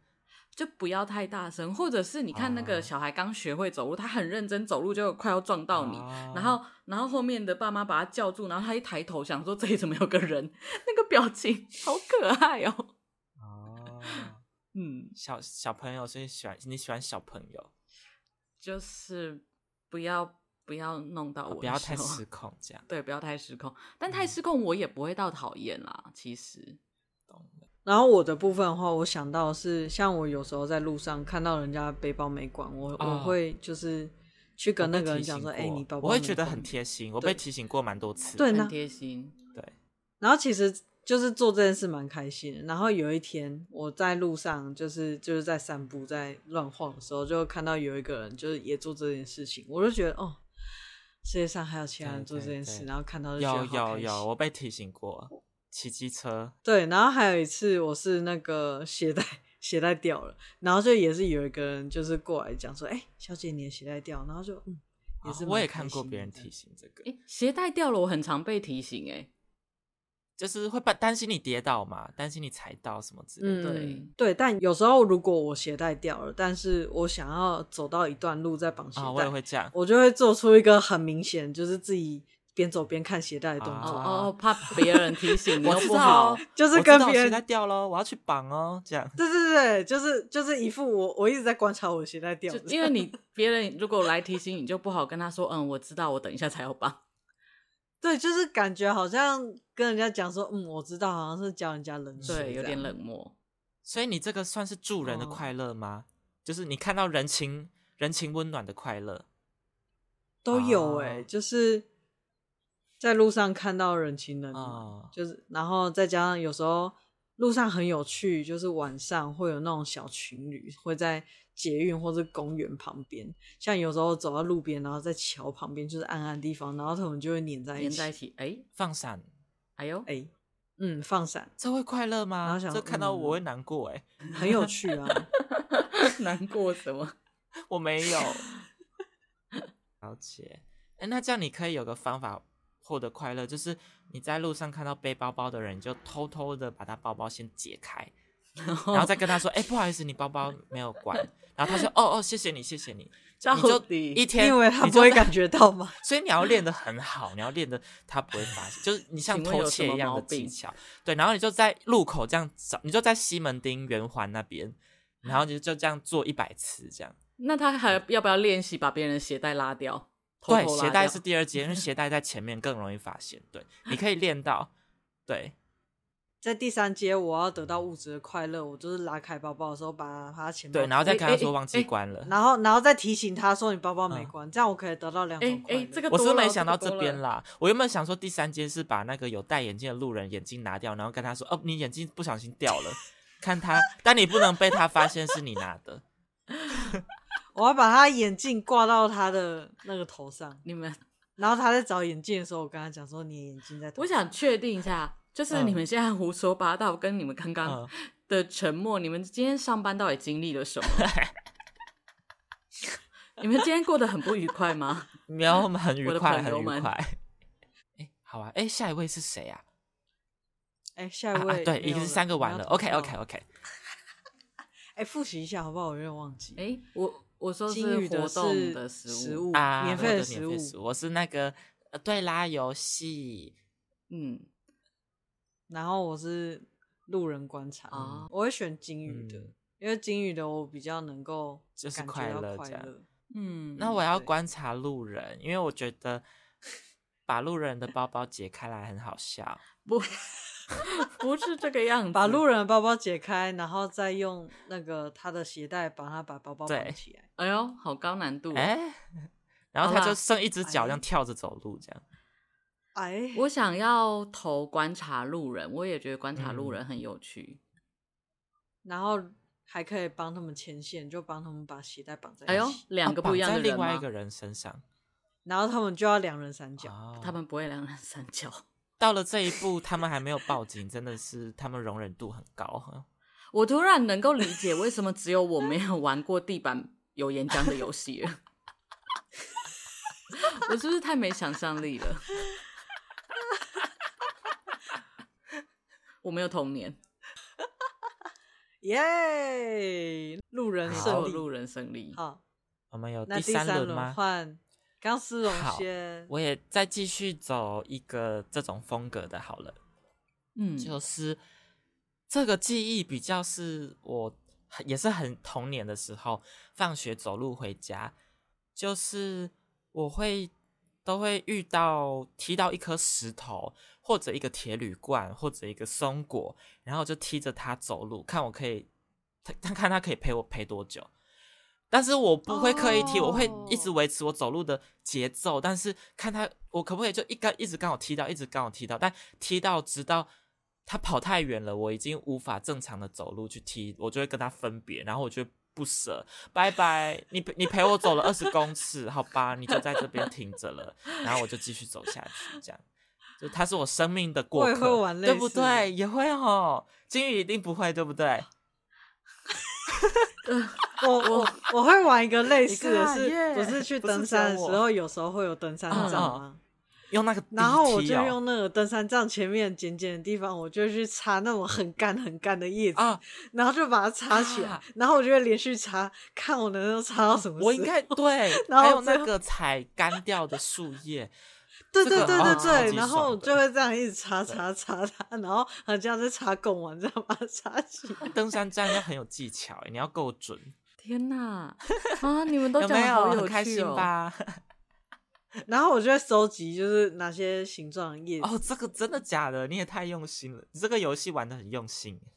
[SPEAKER 1] 就不要太大声，或者是你看那
[SPEAKER 2] 哦
[SPEAKER 1] 个小孩刚学会走路，他很认真走路，就快要撞到你。
[SPEAKER 2] 哦
[SPEAKER 1] 然后，然后后面的爸妈把他叫住，然后他一抬头想说这里怎么有个人，那个表情好可爱 哦。
[SPEAKER 2] 哦，
[SPEAKER 1] 嗯，
[SPEAKER 2] 小小朋友所以喜欢你喜欢小朋友，
[SPEAKER 1] 就是不要不要弄
[SPEAKER 3] 啊
[SPEAKER 1] 到我、
[SPEAKER 2] 啊哦不要太失控，嗯这样
[SPEAKER 1] 对，不要太失控。但太失控我也不会到讨厌啦，其实。
[SPEAKER 2] 懂了。
[SPEAKER 3] 然后我的部分的话，我想到的是像我有时候在路上看到人家背包没关，我、
[SPEAKER 2] 哦
[SPEAKER 3] 我会就是去跟
[SPEAKER 2] 我
[SPEAKER 3] 那
[SPEAKER 2] 被
[SPEAKER 3] 个人
[SPEAKER 2] 提
[SPEAKER 3] 讲
[SPEAKER 2] 醒
[SPEAKER 3] 说：“哎、
[SPEAKER 2] 过
[SPEAKER 3] 你包包。”
[SPEAKER 2] 我会觉得很贴心，我被
[SPEAKER 3] 对
[SPEAKER 2] 提醒过蛮多次，
[SPEAKER 3] 对那
[SPEAKER 1] 很贴心，
[SPEAKER 2] 对，
[SPEAKER 3] 然后其实就是做这件事蛮开心的。然后有一天我在路上，就是就是在散步，在乱晃的时候，就看到有一个人就是也做这件事情，我就觉得哦，世界上还有其他人做这件
[SPEAKER 2] 对
[SPEAKER 3] 事，
[SPEAKER 2] 对对
[SPEAKER 3] 然后看到就觉
[SPEAKER 2] 有
[SPEAKER 3] 得好
[SPEAKER 2] 有
[SPEAKER 3] 开心哦
[SPEAKER 2] 有，我被提醒过，骑机车
[SPEAKER 3] 对，然后还有一次我是那个鞋带 鞋带掉了，然后就也是有一个人就是过来讲说，哎、小姐你的鞋带掉了，然后就嗯。也
[SPEAKER 2] 哦
[SPEAKER 3] 是、
[SPEAKER 2] 我也看过别人提，醒这个，
[SPEAKER 1] 诶，鞋带掉了，我很常被提醒、诶，
[SPEAKER 2] 就是会怕担心你跌倒嘛，担心你踩到什么之类的。
[SPEAKER 1] 对
[SPEAKER 3] 嗯，对，但有时候如果我鞋带掉了，但是我想要走到一段路再绑鞋带，
[SPEAKER 2] 啊，我也会这样。
[SPEAKER 3] 我就会做出一个很明显，就是自己边走边看鞋带的动
[SPEAKER 1] 哎，
[SPEAKER 3] 作，
[SPEAKER 2] 啊
[SPEAKER 1] 哦哦，怕别人提醒你又
[SPEAKER 2] 我知
[SPEAKER 1] 不
[SPEAKER 2] 道
[SPEAKER 1] 好，，
[SPEAKER 3] 就是跟
[SPEAKER 2] 我知道
[SPEAKER 3] 别
[SPEAKER 2] 我
[SPEAKER 3] 人
[SPEAKER 2] 鞋带掉了，我要去绑哦，这样。
[SPEAKER 3] 对对对，就是就是一副我我一直在观察我鞋带掉
[SPEAKER 1] 就
[SPEAKER 3] 的，
[SPEAKER 1] 因为你别人如果来提醒你，就不好跟他说，嗯，我知道，我等一下才要绑。
[SPEAKER 3] 对，就是感觉好像跟人家讲说，嗯，我知道，好像是教人家冷水，
[SPEAKER 1] 对，有点。冷漠。
[SPEAKER 2] 所以你这个算是助人的快乐吗？就是你看到人情人情温暖的快乐，
[SPEAKER 3] 都有哎、
[SPEAKER 2] 哦
[SPEAKER 3] 就是在路上看到人情冷暖，
[SPEAKER 2] 哦
[SPEAKER 3] 就是然后再加上有时候路上很有趣，就是晚上会有那种小情侣会在捷运或是公园旁边，像有时候走到路边，然后在桥旁边就是暗暗地方，然后他们就会黏在一
[SPEAKER 1] 连在一
[SPEAKER 3] 起，
[SPEAKER 1] 起，哎、
[SPEAKER 2] 放闪，
[SPEAKER 1] 哎呦，
[SPEAKER 3] 哎、嗯，放闪
[SPEAKER 2] 这会快乐
[SPEAKER 3] 然
[SPEAKER 2] 吗
[SPEAKER 3] 后？想
[SPEAKER 2] 这看到
[SPEAKER 3] 嗯
[SPEAKER 2] 我会难过哎、
[SPEAKER 3] 很有趣啊，
[SPEAKER 1] 难过什么？
[SPEAKER 2] 我没有了解。哎，那这样你可以有个方法获得快乐，就是你在路上看到背包包的人，你就偷偷的把他包包先解开，
[SPEAKER 1] 然后
[SPEAKER 2] 然后再跟他说：“哎、不好意思，你包包没有关。”然后他说：“哦哦，谢谢你，谢谢你。”你
[SPEAKER 1] 到
[SPEAKER 2] 就
[SPEAKER 1] 底
[SPEAKER 2] 一天，
[SPEAKER 3] 因为他
[SPEAKER 2] 你
[SPEAKER 3] 不
[SPEAKER 2] 就
[SPEAKER 3] 会
[SPEAKER 2] 在
[SPEAKER 3] 感觉到吗？
[SPEAKER 2] 所以你要练得很好，你要练得他不会发现，就是你像
[SPEAKER 1] 请问
[SPEAKER 2] 偷
[SPEAKER 1] 有什
[SPEAKER 2] 窃
[SPEAKER 1] 么
[SPEAKER 2] 一样的
[SPEAKER 1] 毛
[SPEAKER 2] 技
[SPEAKER 1] 病
[SPEAKER 2] 巧。对，然后你就在路口这样找，你就在西门町圆环那边，然后你就这样做一百次，这样
[SPEAKER 1] 那他还要不要练习把别人的鞋带拉掉？偷
[SPEAKER 2] 对，
[SPEAKER 1] 偷拉
[SPEAKER 2] 鞋带
[SPEAKER 1] 掉
[SPEAKER 2] 是第 二阶，因为鞋带在前面更容易发现。对，你可以练到，对，
[SPEAKER 3] 在第三阶，我要得到物质的快乐，我就是拉开包包的时候把他钱包
[SPEAKER 2] 对，然后再跟
[SPEAKER 1] 哎
[SPEAKER 2] 他
[SPEAKER 1] 哎
[SPEAKER 2] 说
[SPEAKER 1] 哎
[SPEAKER 2] 忘记
[SPEAKER 1] 哎
[SPEAKER 2] 关了。
[SPEAKER 3] 然后然后再提醒他说你包包没
[SPEAKER 2] 嗯
[SPEAKER 3] 关，这样我可以得到两种
[SPEAKER 1] 哎
[SPEAKER 3] 快乐。
[SPEAKER 1] 哎，这个
[SPEAKER 2] 我是
[SPEAKER 1] 多
[SPEAKER 2] 没
[SPEAKER 1] 了
[SPEAKER 2] 想到
[SPEAKER 1] 这
[SPEAKER 2] 这
[SPEAKER 1] 个多
[SPEAKER 2] 边
[SPEAKER 1] 了
[SPEAKER 2] 啦，我原本想说第三阶是把那个有戴眼镜的路人眼镜拿掉，然后跟他说：“哦，你眼镜不小心掉了，看他。”但你不能被他发现是你拿 的。
[SPEAKER 3] 我要把他眼镜挂到他的那个头上，
[SPEAKER 1] 你们，
[SPEAKER 3] 然后他在找眼镜的时候，我跟他讲说你的眼镜在头
[SPEAKER 1] 我
[SPEAKER 3] 上。
[SPEAKER 1] 想确定一下，就是
[SPEAKER 2] 嗯
[SPEAKER 1] 你们现在胡说八道，跟你们刚刚
[SPEAKER 2] 嗯，
[SPEAKER 1] 的沉默，你们今天上班到底经历了什么？ 你们今天过得很不愉快吗？
[SPEAKER 2] 没有，我们很愉
[SPEAKER 1] 我的
[SPEAKER 2] 快，
[SPEAKER 1] 朋
[SPEAKER 2] 很
[SPEAKER 1] 友
[SPEAKER 2] 愉
[SPEAKER 1] 们
[SPEAKER 2] 快。哎，好啊，哎，下一位是谁啊？
[SPEAKER 3] 哎、下
[SPEAKER 2] 啊
[SPEAKER 3] 一
[SPEAKER 2] 啊
[SPEAKER 3] 位、
[SPEAKER 2] 对，已经是三个完了。OK，OK，OK。
[SPEAKER 1] 哦
[SPEAKER 3] 哎、复习一下好不好？我有点忘记。
[SPEAKER 1] 哎、我我说是
[SPEAKER 3] 金鱼
[SPEAKER 1] 活动
[SPEAKER 3] 是
[SPEAKER 1] 的
[SPEAKER 3] 食
[SPEAKER 1] 食物，
[SPEAKER 2] 啊，
[SPEAKER 3] 免
[SPEAKER 2] 我
[SPEAKER 3] 费
[SPEAKER 2] 的
[SPEAKER 3] 的
[SPEAKER 2] 免
[SPEAKER 3] 食
[SPEAKER 2] 费
[SPEAKER 3] 物，
[SPEAKER 2] 食物，我是那个呃对啦，游戏
[SPEAKER 1] 嗯，
[SPEAKER 3] 然后我是路人观察，
[SPEAKER 1] 哦
[SPEAKER 3] 我会选金鱼的，
[SPEAKER 2] 嗯
[SPEAKER 3] 因为金鱼的我比较能够
[SPEAKER 2] 就是
[SPEAKER 3] 感觉
[SPEAKER 2] 快
[SPEAKER 3] 到
[SPEAKER 2] 乐
[SPEAKER 3] 快
[SPEAKER 2] 这样
[SPEAKER 3] 乐。
[SPEAKER 1] 嗯，
[SPEAKER 2] 那我要
[SPEAKER 3] 对
[SPEAKER 2] 观察路人，因为我觉得把路人的包包解开来很好笑。
[SPEAKER 1] 不 不是这个样子，
[SPEAKER 3] 把路人的包包解开，然后再用那个他的鞋带帮他把包包
[SPEAKER 2] 对
[SPEAKER 3] 绑起来。
[SPEAKER 1] 哎呦，好高难度、啊
[SPEAKER 2] 哎、然后他
[SPEAKER 1] 好
[SPEAKER 2] 就
[SPEAKER 1] 啦
[SPEAKER 2] 剩一只脚这样
[SPEAKER 3] 哎
[SPEAKER 2] 跳着走路，这样。
[SPEAKER 3] 哎，
[SPEAKER 1] 我想要投观察路人，我也觉得观察路
[SPEAKER 2] 嗯
[SPEAKER 1] 人很有趣。
[SPEAKER 3] 然后还可以帮他们牵线，就帮他们把鞋带绑在一起。
[SPEAKER 1] 哎呦，两
[SPEAKER 2] 哦
[SPEAKER 1] 个
[SPEAKER 2] 绑
[SPEAKER 1] 不一样
[SPEAKER 2] 在
[SPEAKER 1] 的人
[SPEAKER 2] 另
[SPEAKER 1] 吗、
[SPEAKER 2] 外一个人身上。
[SPEAKER 3] 然后他们就要两人三角。
[SPEAKER 2] 哦
[SPEAKER 1] 他们不会两人三角。
[SPEAKER 2] 到了这一步，他们还没有报警，真的是他们容忍度很高。
[SPEAKER 1] 我突然能够理解为什么只有我没有玩过地板有岩浆的游戏了。 我是不是太没想象力了？我没有童年，
[SPEAKER 3] 耶！路人
[SPEAKER 1] 只
[SPEAKER 3] 胜
[SPEAKER 1] 有
[SPEAKER 3] 利。
[SPEAKER 1] 路人胜利。
[SPEAKER 3] 好，
[SPEAKER 2] 我们有
[SPEAKER 3] 那第
[SPEAKER 2] 三
[SPEAKER 3] 三
[SPEAKER 2] 轮
[SPEAKER 3] 轮
[SPEAKER 2] 吗？
[SPEAKER 3] 换钢丝绒
[SPEAKER 2] 好
[SPEAKER 3] 先。
[SPEAKER 2] 我也再继续走一个这种风格的，好了。
[SPEAKER 1] 嗯，
[SPEAKER 2] 就是这个记忆比较是我很也是很童年的时候，放学走路回家，就是我会都会遇到踢到一颗石头，或者一个铁铝罐，或者一个松果，然后就踢着它走路，看我可以，他看看它可以陪我陪多久。但是我不会刻意踢，我会一直
[SPEAKER 1] 哦
[SPEAKER 2] 维持我走路的节奏，但是看他我可不可以就一刚一直刚好踢到，一直刚好踢到，但踢到直到他跑太远了，我已经无法正常的走路去踢，我就会跟他分别，然后我就会不舍，拜拜，你陪你陪我走了二十公尺，好吧，你就在这边停着了，然后我就继续走下去，这样。就他是我生命的过
[SPEAKER 3] 我也
[SPEAKER 2] 客，
[SPEAKER 3] 会玩类
[SPEAKER 2] 对不
[SPEAKER 3] 似的
[SPEAKER 2] 对？也会哦，金鱼一定不会，对不对？
[SPEAKER 3] 我我我会玩一个类似的
[SPEAKER 2] 啊你看
[SPEAKER 3] 是，
[SPEAKER 2] 耶
[SPEAKER 3] 我是去
[SPEAKER 2] 不是
[SPEAKER 3] 登
[SPEAKER 2] 只有
[SPEAKER 3] 山的时
[SPEAKER 2] 我
[SPEAKER 3] 候，有时候会有登山
[SPEAKER 2] 嗯
[SPEAKER 3] 杖
[SPEAKER 2] 嗯
[SPEAKER 3] 吗？
[SPEAKER 2] 用那个、
[SPEAKER 3] 然后我
[SPEAKER 2] 哦
[SPEAKER 3] 就用那个登山杖前面尖尖的地方，我就去擦那种很干很干的叶子，
[SPEAKER 2] 啊，
[SPEAKER 3] 然后就把它擦起来，
[SPEAKER 2] 啊
[SPEAKER 3] 然后我就会连续擦，看我能够擦到什么时候。
[SPEAKER 2] 我应该对，
[SPEAKER 3] 然后
[SPEAKER 2] 还有
[SPEAKER 3] 最
[SPEAKER 2] 那
[SPEAKER 3] 后
[SPEAKER 2] 个采干掉的树叶，
[SPEAKER 3] 对
[SPEAKER 2] 这
[SPEAKER 3] 对
[SPEAKER 2] 个
[SPEAKER 3] 对
[SPEAKER 2] 哦
[SPEAKER 3] 对
[SPEAKER 2] 超
[SPEAKER 3] 对，
[SPEAKER 2] 级
[SPEAKER 3] 然后我
[SPEAKER 2] 爽的
[SPEAKER 3] 就会这样一直擦擦擦它，然后好像在擦贡丸这样把它擦起来。
[SPEAKER 2] 登山杖要很有技巧欸，你要够 准，
[SPEAKER 1] 天哪！啊，你们都
[SPEAKER 2] 有
[SPEAKER 1] 讲
[SPEAKER 2] 没
[SPEAKER 1] 的好
[SPEAKER 2] 有？
[SPEAKER 1] 趣哦
[SPEAKER 2] 很开心？吧？
[SPEAKER 3] 然后我就会收集，就是哪些形状的叶 子，
[SPEAKER 2] 哦，这个真的假的？你也太用心了，你这个游戏玩的很用心。欸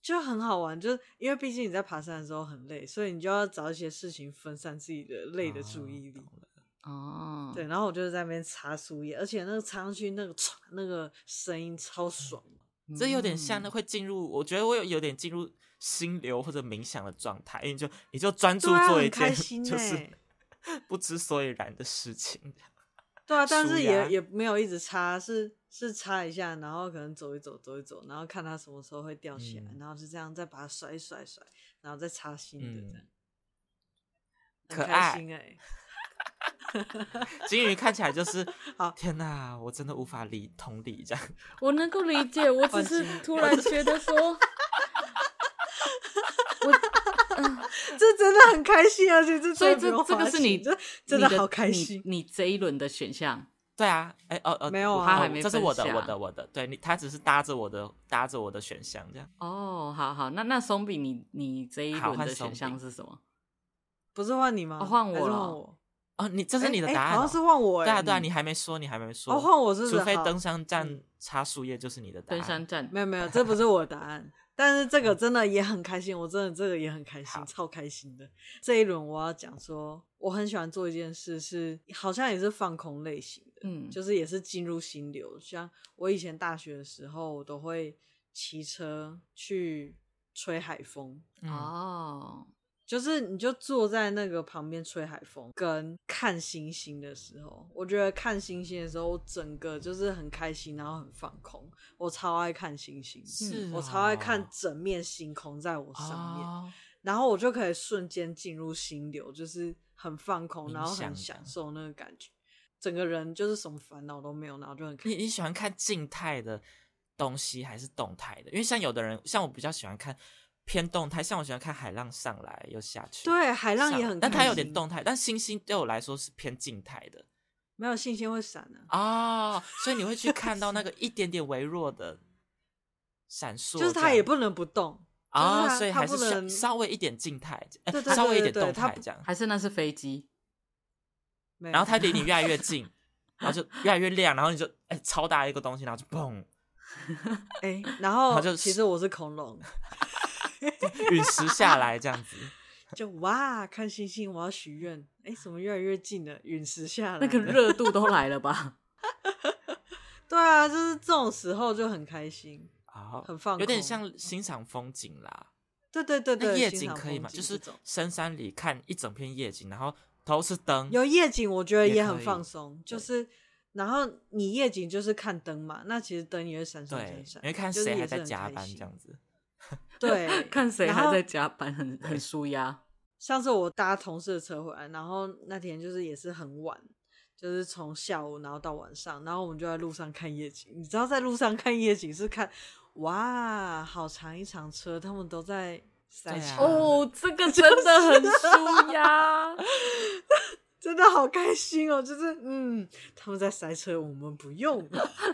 [SPEAKER 3] 就很好玩。就是因为毕竟你在爬山的时候很累，所以你就要找一些事情分散自己的累的注意力。
[SPEAKER 2] 哦懂了
[SPEAKER 1] 哦，
[SPEAKER 3] 对，然后我就在那边擦树叶，而且那个擦上去那个唰那个声音超爽，
[SPEAKER 1] 嗯，
[SPEAKER 2] 这有点像那会进入，我觉得我有有点进入心流或者冥想的状态，因为你就你就专注
[SPEAKER 3] 对啊，
[SPEAKER 2] 做
[SPEAKER 3] 很
[SPEAKER 2] 一件、
[SPEAKER 3] 开心欸呢、
[SPEAKER 2] 就是 不知所以然的事情。
[SPEAKER 3] 对啊，但
[SPEAKER 2] 舒
[SPEAKER 3] 是
[SPEAKER 2] 压
[SPEAKER 3] 也也没有一直擦，是是擦一下，然后可能走一走，走一走，然后看它什么时候会掉下来，
[SPEAKER 2] 嗯
[SPEAKER 3] 然后就这样再把它甩一甩甩，然后再擦新的这样，
[SPEAKER 2] 嗯可
[SPEAKER 3] 很
[SPEAKER 2] 爱
[SPEAKER 3] 开心哎、
[SPEAKER 2] 金鱼看起来就是
[SPEAKER 3] 好，
[SPEAKER 2] 天哪，我真的无法理同理这样。
[SPEAKER 1] 我能够理解，我只是
[SPEAKER 3] 换新
[SPEAKER 1] 突然觉得说，
[SPEAKER 3] 这真的很开心，而且这
[SPEAKER 1] 所以
[SPEAKER 3] 真
[SPEAKER 1] 这
[SPEAKER 3] 的不用
[SPEAKER 1] 这个
[SPEAKER 3] 花
[SPEAKER 1] 是你
[SPEAKER 3] 钱这真的
[SPEAKER 1] 你
[SPEAKER 3] 好开心。
[SPEAKER 1] 你你这一轮的选项，
[SPEAKER 2] 对啊，哎哦哦，
[SPEAKER 3] 没有啊
[SPEAKER 2] 我
[SPEAKER 3] 他
[SPEAKER 1] 还没
[SPEAKER 2] 这是
[SPEAKER 1] 分
[SPEAKER 2] 我的，
[SPEAKER 1] 享
[SPEAKER 2] 我的，我的，对你，他只是搭着我的，搭着我的选项这样。
[SPEAKER 1] 哦，好好，那那松饼，你你这一
[SPEAKER 2] 好
[SPEAKER 1] 轮
[SPEAKER 2] 换
[SPEAKER 1] 的
[SPEAKER 2] 松
[SPEAKER 1] 选项
[SPEAKER 2] 饼
[SPEAKER 1] 是什么？
[SPEAKER 3] 不是换你吗？
[SPEAKER 1] 哦换我
[SPEAKER 3] 还是
[SPEAKER 1] 了
[SPEAKER 3] 换我。
[SPEAKER 2] 哦，你这是你的
[SPEAKER 3] 哎哎
[SPEAKER 2] 答案
[SPEAKER 3] 好
[SPEAKER 2] 哦、
[SPEAKER 3] 像是换我哎、
[SPEAKER 2] 对啊对啊，
[SPEAKER 1] 嗯
[SPEAKER 2] 你还没说，你还没说，
[SPEAKER 3] 哦，换我是不是
[SPEAKER 2] 除非
[SPEAKER 3] 好
[SPEAKER 2] 登山站
[SPEAKER 3] 嗯
[SPEAKER 2] 插树叶就是你的答案。
[SPEAKER 1] 登山站
[SPEAKER 3] 没有没有，这不是我的答案。但是这个真的也很开心，我真的这个也很开心
[SPEAKER 2] 好，
[SPEAKER 3] 超开心的。这一轮我要讲说，我很喜欢做一件事是，好像也是放空类型的，
[SPEAKER 1] 嗯，
[SPEAKER 3] 就是也是进入心流。像我以前大学的时候，我都会骑车去吹海风，
[SPEAKER 2] 嗯
[SPEAKER 1] 哦，
[SPEAKER 3] 就是你就坐在那个旁边吹海风，跟看星星的时候，我觉得看星星的时候，我整个就是很开心，然后很放空。我超爱看星星，
[SPEAKER 2] 是
[SPEAKER 3] 嗯我超爱看
[SPEAKER 2] 哦
[SPEAKER 3] 整面星空在我上面，
[SPEAKER 2] 哦
[SPEAKER 3] 然后我就可以瞬间进入心流，就是很放空，
[SPEAKER 2] 冥
[SPEAKER 3] 然后
[SPEAKER 2] 想
[SPEAKER 3] 很
[SPEAKER 2] 的
[SPEAKER 3] 享受那个感觉，整个人就是什么烦恼都没有，然后就很开
[SPEAKER 2] 你
[SPEAKER 3] 心。
[SPEAKER 2] 你喜欢看静态的东西还是动态的？因为像有的人，像我比较喜欢看偏动态，像我喜欢看海浪上来又下去，
[SPEAKER 3] 对，海
[SPEAKER 2] 上来，
[SPEAKER 3] 浪也很开心，
[SPEAKER 2] 但它有点，动态，但星星对我来说是偏静态的
[SPEAKER 3] 没有星星会闪啊，
[SPEAKER 2] 哦，所以你会去看到那个一点点微弱的闪烁这
[SPEAKER 3] 就
[SPEAKER 2] 样，
[SPEAKER 3] 是它也不能不动，
[SPEAKER 2] 啊、
[SPEAKER 3] 就是它
[SPEAKER 2] 所以
[SPEAKER 3] 它
[SPEAKER 2] 还是
[SPEAKER 3] 不
[SPEAKER 2] 稍
[SPEAKER 3] 能
[SPEAKER 2] 稍微一点静态，呃
[SPEAKER 3] 对对
[SPEAKER 2] 稍微一
[SPEAKER 3] 对
[SPEAKER 2] 点
[SPEAKER 3] 对
[SPEAKER 2] 动
[SPEAKER 3] 它
[SPEAKER 2] 态
[SPEAKER 3] 不
[SPEAKER 2] 这样，
[SPEAKER 1] 还是那是飞机，
[SPEAKER 3] 没有
[SPEAKER 2] 然后它离你越来越近，然后就越来越亮，然后你就哎、超大一个东西，然后就嘣
[SPEAKER 3] 哎、然
[SPEAKER 2] 他
[SPEAKER 3] 后
[SPEAKER 2] 就
[SPEAKER 3] 其
[SPEAKER 2] 是
[SPEAKER 3] 实我是恐龙，
[SPEAKER 2] 陨石下来这样子。
[SPEAKER 3] 就哇，看星星，我要许愿。哎、怎么越来越近了？陨石下来，
[SPEAKER 1] 那个。热度都来了吧？
[SPEAKER 3] 对啊，就是这种时候就很开心。
[SPEAKER 2] 好，
[SPEAKER 3] 很放
[SPEAKER 2] 有点
[SPEAKER 3] 空
[SPEAKER 2] 像欣赏风景啦。
[SPEAKER 3] 对对对
[SPEAKER 2] 那
[SPEAKER 3] 对，
[SPEAKER 2] 夜
[SPEAKER 3] 欣
[SPEAKER 2] 景
[SPEAKER 3] 赏
[SPEAKER 2] 可以
[SPEAKER 3] 风
[SPEAKER 2] 吗？
[SPEAKER 3] 景
[SPEAKER 2] 就是
[SPEAKER 3] 这种
[SPEAKER 2] 深山里看一整片夜景，然后都是灯。
[SPEAKER 3] 有夜景，我觉得
[SPEAKER 2] 嗯也
[SPEAKER 3] 也
[SPEAKER 2] 可
[SPEAKER 3] 很
[SPEAKER 2] 以
[SPEAKER 3] 放松。就是，然后你夜景就是看灯嘛，那其实灯也会闪闪
[SPEAKER 2] 对
[SPEAKER 3] 闪，闪，
[SPEAKER 2] 你会看
[SPEAKER 3] 就是
[SPEAKER 2] 谁
[SPEAKER 3] 也
[SPEAKER 2] 还
[SPEAKER 3] 是
[SPEAKER 2] 在
[SPEAKER 3] 很
[SPEAKER 2] 加
[SPEAKER 3] 开
[SPEAKER 2] 班
[SPEAKER 3] 心
[SPEAKER 2] 这样 子。
[SPEAKER 3] 对，
[SPEAKER 1] 看谁
[SPEAKER 3] 然
[SPEAKER 1] 还
[SPEAKER 3] 后
[SPEAKER 1] 在加班，很很舒压。
[SPEAKER 3] 上次我搭同事的车回来，然后那天就是也是很晚，就是从下午然后到晚上，然后我们就在路上看夜景。你知道在路上看夜景是看哇，好长一场车，他们都在塞
[SPEAKER 2] 对啊
[SPEAKER 3] 车，
[SPEAKER 1] 哦，这个真的很舒压。
[SPEAKER 3] 真的好开心哦！就是嗯，他们在塞车，我们不用。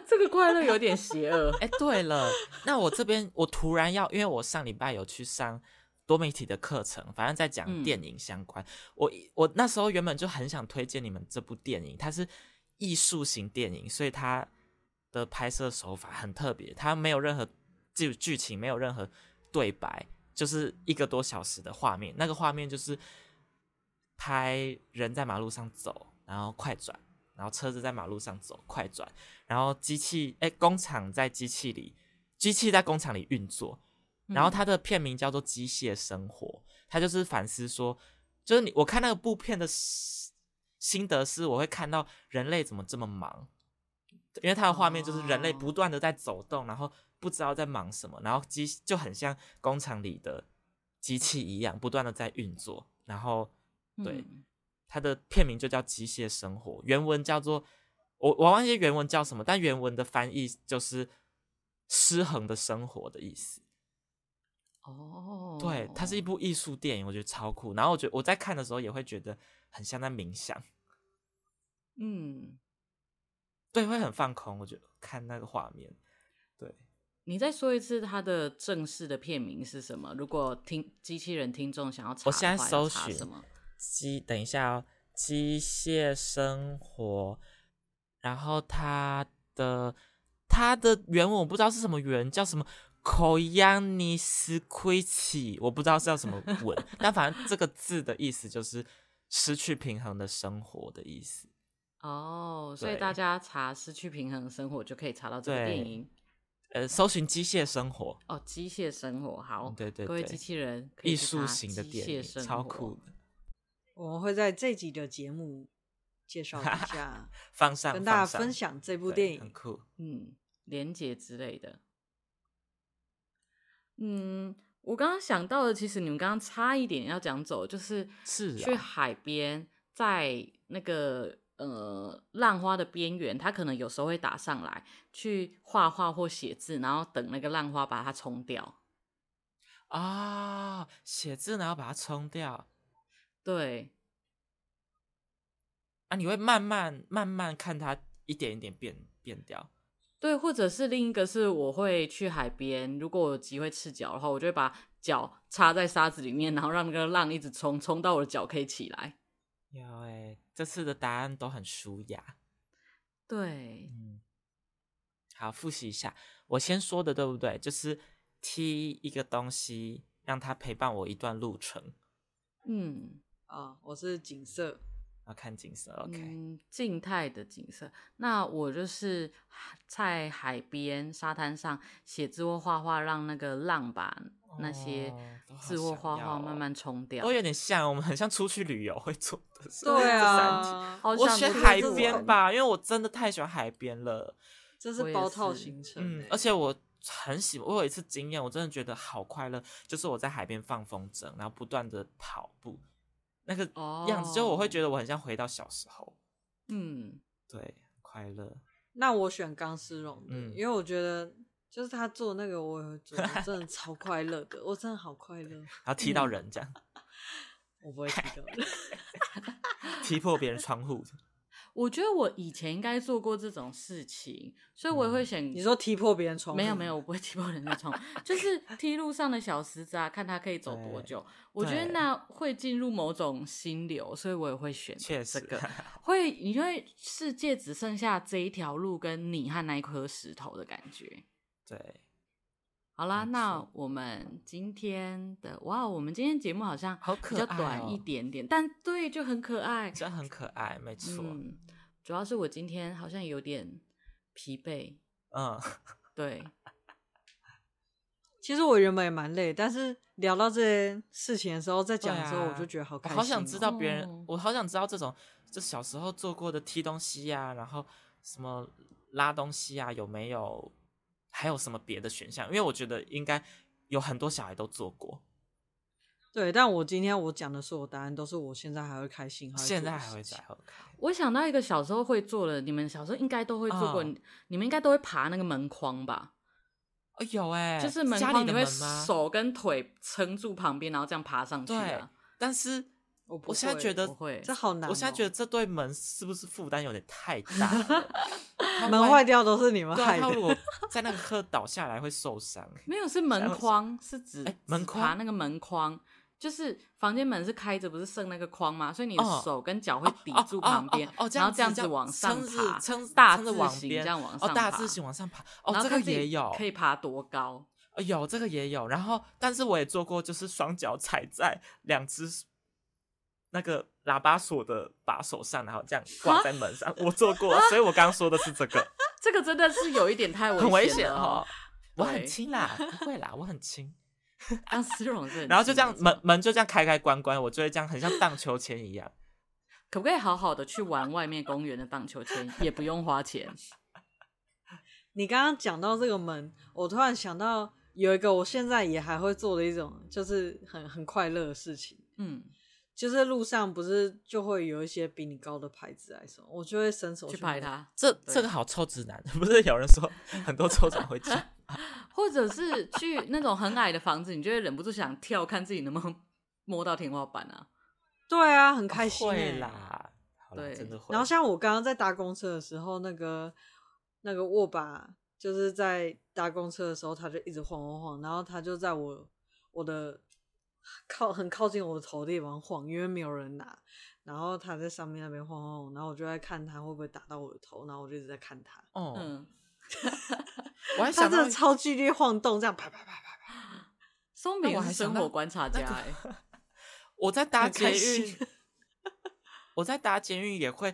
[SPEAKER 1] 这个快乐有点邪恶。
[SPEAKER 2] 哎、对了，那我这边我突然要，因为我上礼拜有去上多媒体的课程，反正在讲
[SPEAKER 1] 嗯
[SPEAKER 2] 电影相关。我我那时候原本就很想推荐你们这部电影，它是艺术型电影，所以它的拍摄手法很特别，它没有任何剧剧情，没有任何对白，就是一个多小时的画面，那个画面就是拍人在马路上走，然后快转。然后车子在马路上走，快转，然后机器哎，工厂在机器里，机器在工厂里运作。 然后
[SPEAKER 1] 嗯
[SPEAKER 2] 它的片名叫做《机械生活》，它就是反思说，就是你我看那个部片的心心得是，我会看到人类怎么这么忙，因为它的画面就是人类
[SPEAKER 1] 哦
[SPEAKER 2] 不断的在走动，然后不知道在忙什么，然后机就很像工厂里的机器一样，不断的在运作，然后对，
[SPEAKER 1] 嗯
[SPEAKER 2] 它的片名就叫《机械生活》，原文叫做我我忘记原文叫什么，但原文的翻译就是失衡的生活的意思。
[SPEAKER 1] 哦，
[SPEAKER 2] 对，它是一部艺术电影，我觉得超酷。然后我觉得我在看的时候也会觉得很像在冥想，
[SPEAKER 1] 嗯，
[SPEAKER 2] 对，会很放空。我觉得看那个画面，对，
[SPEAKER 1] 你再说一次它的正式的片名是什么？如果听机器人听众想要查的话，
[SPEAKER 2] 我现在搜
[SPEAKER 1] 要查
[SPEAKER 2] 寻
[SPEAKER 1] 什么？
[SPEAKER 2] 机等一下哦，机械生活，然后它的它的原文我不知道是什么原，叫什么 Koyani s k i c i 我不知道是叫什么 文，但反正这个字的意思就是失去平衡的生活的意思。
[SPEAKER 1] 哦，所以
[SPEAKER 2] 对
[SPEAKER 1] 大家查失去平衡生活就可以查到这个
[SPEAKER 2] 对
[SPEAKER 1] 电影
[SPEAKER 2] 呃，搜寻机械生活，
[SPEAKER 1] 哦，机械生活。好，
[SPEAKER 2] 嗯对对
[SPEAKER 1] 哦各位
[SPEAKER 2] 对
[SPEAKER 1] 机器人，可以
[SPEAKER 2] 艺
[SPEAKER 1] 去
[SPEAKER 2] 术
[SPEAKER 1] 查
[SPEAKER 2] 型的
[SPEAKER 1] 机
[SPEAKER 2] 电
[SPEAKER 1] 械
[SPEAKER 2] 影，
[SPEAKER 1] 生
[SPEAKER 2] 超
[SPEAKER 1] 活
[SPEAKER 2] 酷的，
[SPEAKER 3] 我们会在这集的节目介 绍一下，
[SPEAKER 2] 放上
[SPEAKER 3] 跟大家
[SPEAKER 2] 放上
[SPEAKER 3] 分享这部
[SPEAKER 2] 对
[SPEAKER 3] 电
[SPEAKER 2] 很
[SPEAKER 3] 影。
[SPEAKER 2] 酷。
[SPEAKER 1] 嗯，连结之类的。嗯，我刚刚想到的，其实你们刚刚差一点要讲走，就是
[SPEAKER 2] 是
[SPEAKER 1] 去
[SPEAKER 2] 啊
[SPEAKER 1] 海边，在那个呃浪花的边缘，它可能有时候会打上来，去画画或写字，然后等那个浪花把它冲掉。
[SPEAKER 2] 啊、写字然后把它冲掉
[SPEAKER 1] 对，
[SPEAKER 2] 啊，你会慢慢慢慢看它一点一点变变掉。
[SPEAKER 1] 对，或者是另一个是我会去海边，如果我有机会赤脚的话，我就会把脚插在沙子里面，然后让那个浪一直冲，冲到我的脚可以起来。
[SPEAKER 2] 有哎、这次的答案都很舒雅。
[SPEAKER 1] 对，
[SPEAKER 2] 嗯，好，复习一下，我先说的对不对？就是踢一个东西，让它陪伴我一段路程。
[SPEAKER 1] 嗯
[SPEAKER 3] 啊，我是景 色，
[SPEAKER 2] 要看景色，OK，、
[SPEAKER 1] 嗯，静态的景色。那我就是在海边沙滩上写字或画画，让那个浪把那些
[SPEAKER 2] 哦都好
[SPEAKER 1] 字或画
[SPEAKER 2] 想要
[SPEAKER 1] 画
[SPEAKER 2] 哦
[SPEAKER 1] 慢慢冲掉。
[SPEAKER 2] 都有点像，我们很像出去旅游会做的事。
[SPEAKER 3] 对
[SPEAKER 2] 这三题
[SPEAKER 3] 啊，
[SPEAKER 1] 好
[SPEAKER 2] 我
[SPEAKER 1] 想
[SPEAKER 2] 选
[SPEAKER 1] 出去
[SPEAKER 2] 海
[SPEAKER 1] 旅游
[SPEAKER 2] 边吧，因为我真的太喜欢海边了。
[SPEAKER 3] 这是
[SPEAKER 1] 我也
[SPEAKER 3] 包套
[SPEAKER 1] 是
[SPEAKER 3] 行程
[SPEAKER 2] 嗯
[SPEAKER 3] 欸，，
[SPEAKER 2] 而且我很喜欢，我有一次经验，我真的觉得好快乐，就是我在海边放风筝，然后不断的跑步，那个
[SPEAKER 1] 哦
[SPEAKER 2] 样子，就我会觉得我很像回到小时候，
[SPEAKER 1] 嗯，
[SPEAKER 2] 对，快乐。
[SPEAKER 3] 那我选钢丝绒的，
[SPEAKER 2] 嗯
[SPEAKER 3] 因为我觉得就是他做那个，我也会做，我真的超快乐的，我真的好 快乐，
[SPEAKER 2] 然后踢到人，这样、
[SPEAKER 3] 我不会提到的。
[SPEAKER 2] 踢破别人窗户，
[SPEAKER 1] 我觉得我以前应该做过这种事情，所以我也
[SPEAKER 2] 嗯
[SPEAKER 1] 会选。
[SPEAKER 3] 你说踢破别人窗户？
[SPEAKER 1] 没有没有，我不会踢破人家窗户，就是踢路上的小石子啊，看它可以走多
[SPEAKER 2] 对
[SPEAKER 1] 久。我觉得
[SPEAKER 2] 对
[SPEAKER 1] 那会进入某种心流，所以我也会选
[SPEAKER 2] 确
[SPEAKER 1] 这
[SPEAKER 2] 实，啊
[SPEAKER 1] 个。会，你会世界只剩下这一条路跟你和那一颗石头的感觉。
[SPEAKER 2] 对，
[SPEAKER 1] 好啦，
[SPEAKER 2] 没
[SPEAKER 1] 那
[SPEAKER 2] 错
[SPEAKER 1] 我们今天的哇，我们今天节目好像
[SPEAKER 2] 好
[SPEAKER 1] 比
[SPEAKER 2] 可
[SPEAKER 1] 较
[SPEAKER 2] 爱、哦，
[SPEAKER 1] 短一，点点，但对，就很可爱。
[SPEAKER 2] 真的很可爱，没错，嗯
[SPEAKER 1] 嗯，主要是我今天好像有点疲惫，
[SPEAKER 2] 嗯
[SPEAKER 1] 对，
[SPEAKER 3] 其实我原本也蛮累，但是聊到这些事情的时候，在讲的时候，
[SPEAKER 2] 对啊
[SPEAKER 3] 我就觉得好
[SPEAKER 2] 我
[SPEAKER 3] 开心、
[SPEAKER 2] 好想知道，别人，
[SPEAKER 1] 哦
[SPEAKER 2] 我好想知道这种就小时候做过的踢东西呀、然后什么拉东西呀、有没有还有什么别的选项？因为我觉得应该有很多小孩都做过，
[SPEAKER 3] 对，但我今天我讲的所有答案都是我现在还会开心，还会
[SPEAKER 2] 现
[SPEAKER 3] 做
[SPEAKER 2] 在
[SPEAKER 3] 的
[SPEAKER 2] 还
[SPEAKER 3] 事
[SPEAKER 2] 会
[SPEAKER 3] 情
[SPEAKER 2] 在。
[SPEAKER 1] 我想到一个小时候会做的，你们小时候应该都会做过，
[SPEAKER 2] 嗯
[SPEAKER 1] 你们应该都会爬那个门框吧？
[SPEAKER 2] 哦，有哎、
[SPEAKER 1] 就是门
[SPEAKER 2] 家
[SPEAKER 1] 框，
[SPEAKER 2] 里
[SPEAKER 1] 你
[SPEAKER 2] 的
[SPEAKER 1] 会
[SPEAKER 2] 门吗？
[SPEAKER 1] 手跟腿撑住旁边，然后这样爬上去
[SPEAKER 2] 对
[SPEAKER 1] 啊？，
[SPEAKER 2] 但是
[SPEAKER 3] 我不
[SPEAKER 2] 我现在
[SPEAKER 3] 会
[SPEAKER 2] 觉得
[SPEAKER 1] 不会，
[SPEAKER 3] 这好难哦、
[SPEAKER 2] 我现在觉得这对门是不是负担有点太大了？它
[SPEAKER 3] 门
[SPEAKER 2] 万
[SPEAKER 3] 坏
[SPEAKER 2] 一
[SPEAKER 3] 掉都是你们
[SPEAKER 2] 对
[SPEAKER 3] 害
[SPEAKER 2] 啊，他
[SPEAKER 3] 的
[SPEAKER 2] 如。果在那个 课倒下来会受伤。
[SPEAKER 1] 没有，是门框，是指
[SPEAKER 2] 哎门框
[SPEAKER 1] 只爬那个门框，就是房间门是开着，不是剩那个框吗？所以你的
[SPEAKER 2] 哦
[SPEAKER 1] 手跟脚会抵住
[SPEAKER 2] 哦哦
[SPEAKER 1] 旁边，
[SPEAKER 2] 哦哦这
[SPEAKER 1] 然
[SPEAKER 2] 样
[SPEAKER 1] 后
[SPEAKER 2] 子
[SPEAKER 1] 这样
[SPEAKER 2] 这
[SPEAKER 1] 子
[SPEAKER 2] 样
[SPEAKER 1] 往上
[SPEAKER 2] 撑
[SPEAKER 1] 爬，
[SPEAKER 2] 着撑
[SPEAKER 1] 大
[SPEAKER 2] 撑
[SPEAKER 1] 字
[SPEAKER 2] 着往
[SPEAKER 1] 形
[SPEAKER 2] 边
[SPEAKER 1] 这样往上
[SPEAKER 2] 哦，
[SPEAKER 1] 爬，
[SPEAKER 2] 大字形往上爬，哦，
[SPEAKER 1] 然后
[SPEAKER 2] 这
[SPEAKER 1] 看
[SPEAKER 2] 个
[SPEAKER 1] 自己
[SPEAKER 2] 也有，
[SPEAKER 1] 可以爬多高？
[SPEAKER 2] 哦有这个也有。然后，但是我也做过，就是双脚踩在两只那个喇叭锁的把手上，然后这样挂在门上，我做过，所以我刚刚说的是这个，
[SPEAKER 1] 这个真的是有一点太
[SPEAKER 2] 很危
[SPEAKER 1] 险
[SPEAKER 2] 险
[SPEAKER 1] 了
[SPEAKER 2] 哦。我很
[SPEAKER 1] 对
[SPEAKER 2] 轻啦，不会啦，我很轻。
[SPEAKER 1] 当丝绒是很
[SPEAKER 2] 然后就这样
[SPEAKER 1] 轻的
[SPEAKER 2] 门门就这样开开关关，我就会这样很像荡秋千一样。
[SPEAKER 1] 可不可以好好的去玩外面公园的荡秋千，也不用花 钱？
[SPEAKER 3] 你刚刚讲到这个门，我突然想到有一个我现在也还会做的一种，就是很很快乐的事情，
[SPEAKER 1] 嗯，
[SPEAKER 3] 就是路上不是就会有一些比你高的牌子来什么，我就会伸手
[SPEAKER 1] 去
[SPEAKER 3] 摸
[SPEAKER 1] 拍。它。
[SPEAKER 2] 这
[SPEAKER 1] 对
[SPEAKER 2] 这个好臭直男，不是有人说很多臭长会这样
[SPEAKER 1] 或者是去那种很矮的房子，你就会忍不住想跳，看自己能不能摸到天花板啊。
[SPEAKER 3] 对啊，很开心、
[SPEAKER 2] 哦会
[SPEAKER 3] 欸。
[SPEAKER 2] 啦，好啦
[SPEAKER 1] 对
[SPEAKER 2] 真的会。
[SPEAKER 3] 然后像我刚刚在搭公车的时候，那个那个握把就是在搭公车的时候，他就一直晃晃晃，然后他就在我我的靠很靠近我的头的地方晃，因为没有人拿，然后他在上面那边晃晃晃，然后我就在看他会不会打到我的头，然后我就一直在看他，
[SPEAKER 2] 哦，
[SPEAKER 1] 嗯，
[SPEAKER 2] 我还
[SPEAKER 3] 他
[SPEAKER 2] 想
[SPEAKER 3] 真
[SPEAKER 2] 到
[SPEAKER 3] 的超剧烈晃动，这样啪啪啪啪啪，
[SPEAKER 1] 松
[SPEAKER 2] 那
[SPEAKER 1] 饼
[SPEAKER 2] 我还
[SPEAKER 1] 是生
[SPEAKER 2] 想到
[SPEAKER 1] 活观察家哎、
[SPEAKER 2] 我在搭
[SPEAKER 3] 很
[SPEAKER 2] 捷
[SPEAKER 3] 开心
[SPEAKER 2] 运， 我在搭捷运也会，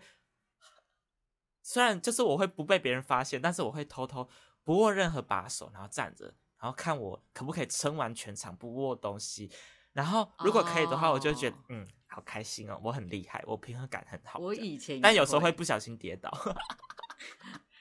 [SPEAKER 2] 虽然就是我会不被别人发现，但是我会偷偷不握任何把手，然后站着，然后看我可不可以撑完全场不握东西。然后如果可以的话，我就会觉得、
[SPEAKER 1] 哦
[SPEAKER 2] 嗯，好开心哦，我很厉害，我平衡感很 好。
[SPEAKER 1] 我
[SPEAKER 2] 这样
[SPEAKER 1] 以前也
[SPEAKER 2] 但有时候会不小心跌倒。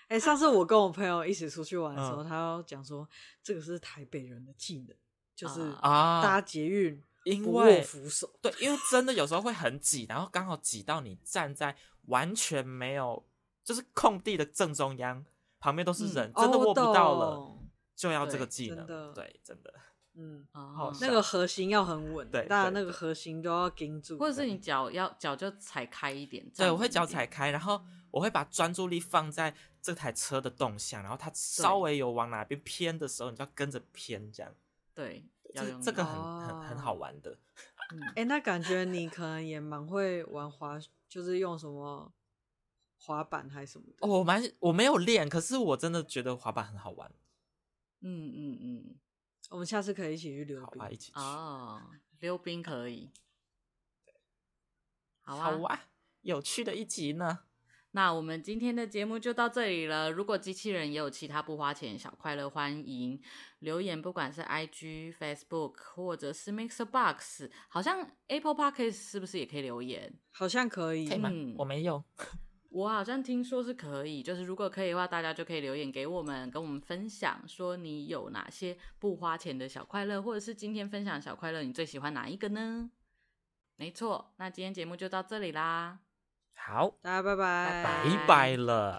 [SPEAKER 3] 哎、上次我跟我朋友一起出去玩的时候，
[SPEAKER 2] 嗯
[SPEAKER 3] 他要讲说这个是台北人的技能，就是
[SPEAKER 1] 啊
[SPEAKER 2] 啊
[SPEAKER 3] 搭捷运
[SPEAKER 2] 因
[SPEAKER 3] 不握
[SPEAKER 2] 为
[SPEAKER 3] 扶手。
[SPEAKER 2] 对，因为真的有时候会很挤，然后刚好挤到你站在完全没有就是空地的正中央，旁边都是人，
[SPEAKER 3] 嗯
[SPEAKER 2] 真的
[SPEAKER 3] 哦我
[SPEAKER 2] 握不到了，
[SPEAKER 3] 懂
[SPEAKER 2] 就要这
[SPEAKER 1] 对
[SPEAKER 2] 个技
[SPEAKER 3] 真
[SPEAKER 2] 能。
[SPEAKER 3] 的
[SPEAKER 2] 对，真的，
[SPEAKER 3] 嗯，
[SPEAKER 1] 哦，
[SPEAKER 3] 那个核心要很稳，
[SPEAKER 2] 对
[SPEAKER 3] 当然
[SPEAKER 2] 对
[SPEAKER 3] 那个核心都要盯住。
[SPEAKER 1] 或者是你脚要脚就踩开一点，
[SPEAKER 2] 对
[SPEAKER 1] 站
[SPEAKER 2] 我会
[SPEAKER 1] 稳一
[SPEAKER 2] 脚
[SPEAKER 1] 点
[SPEAKER 2] 踩开，然后我会把专注力放在这台车的动向，然后它稍微有往哪边偏的时候，你就要跟着偏，这样，
[SPEAKER 1] 对，要
[SPEAKER 2] 这
[SPEAKER 1] 用
[SPEAKER 2] 这个
[SPEAKER 1] 力嗯
[SPEAKER 2] 很很很
[SPEAKER 3] 哦
[SPEAKER 2] 好玩的。
[SPEAKER 3] 哎、那感觉你可能也蛮会玩滑，就是用什么滑板还是什么的。
[SPEAKER 2] 哦，我蛮我没有练，可是我真的觉得滑板很好玩，
[SPEAKER 1] 嗯嗯嗯，
[SPEAKER 3] 我们下次可以一起去溜
[SPEAKER 2] 好啊
[SPEAKER 3] 冰
[SPEAKER 2] 吧，。一起去，
[SPEAKER 1] 哦，溜冰可以，好啊，
[SPEAKER 2] 好啊，有趣的一集呢。
[SPEAKER 1] 那我们今天的节目就到这里了。如果机器人也有其他不花钱小快乐，欢迎留言，不管是 IG、Facebook 或者是 Mixer Box，好像 Apple Podcast 是不是也可以留言？
[SPEAKER 3] 好像可以
[SPEAKER 2] 可以，吗
[SPEAKER 1] 嗯？
[SPEAKER 2] 我没有。
[SPEAKER 1] 我好像听说是可以，就是如果可以的话，大家就可以留言给我们，跟我们分享说你有哪些不花钱的小快乐，或者是今天分享的小快乐，你最喜欢哪一个呢？没错，那今天节目就到这里啦。
[SPEAKER 2] 好，
[SPEAKER 3] 大家拜拜
[SPEAKER 1] 拜
[SPEAKER 2] 拜拜了。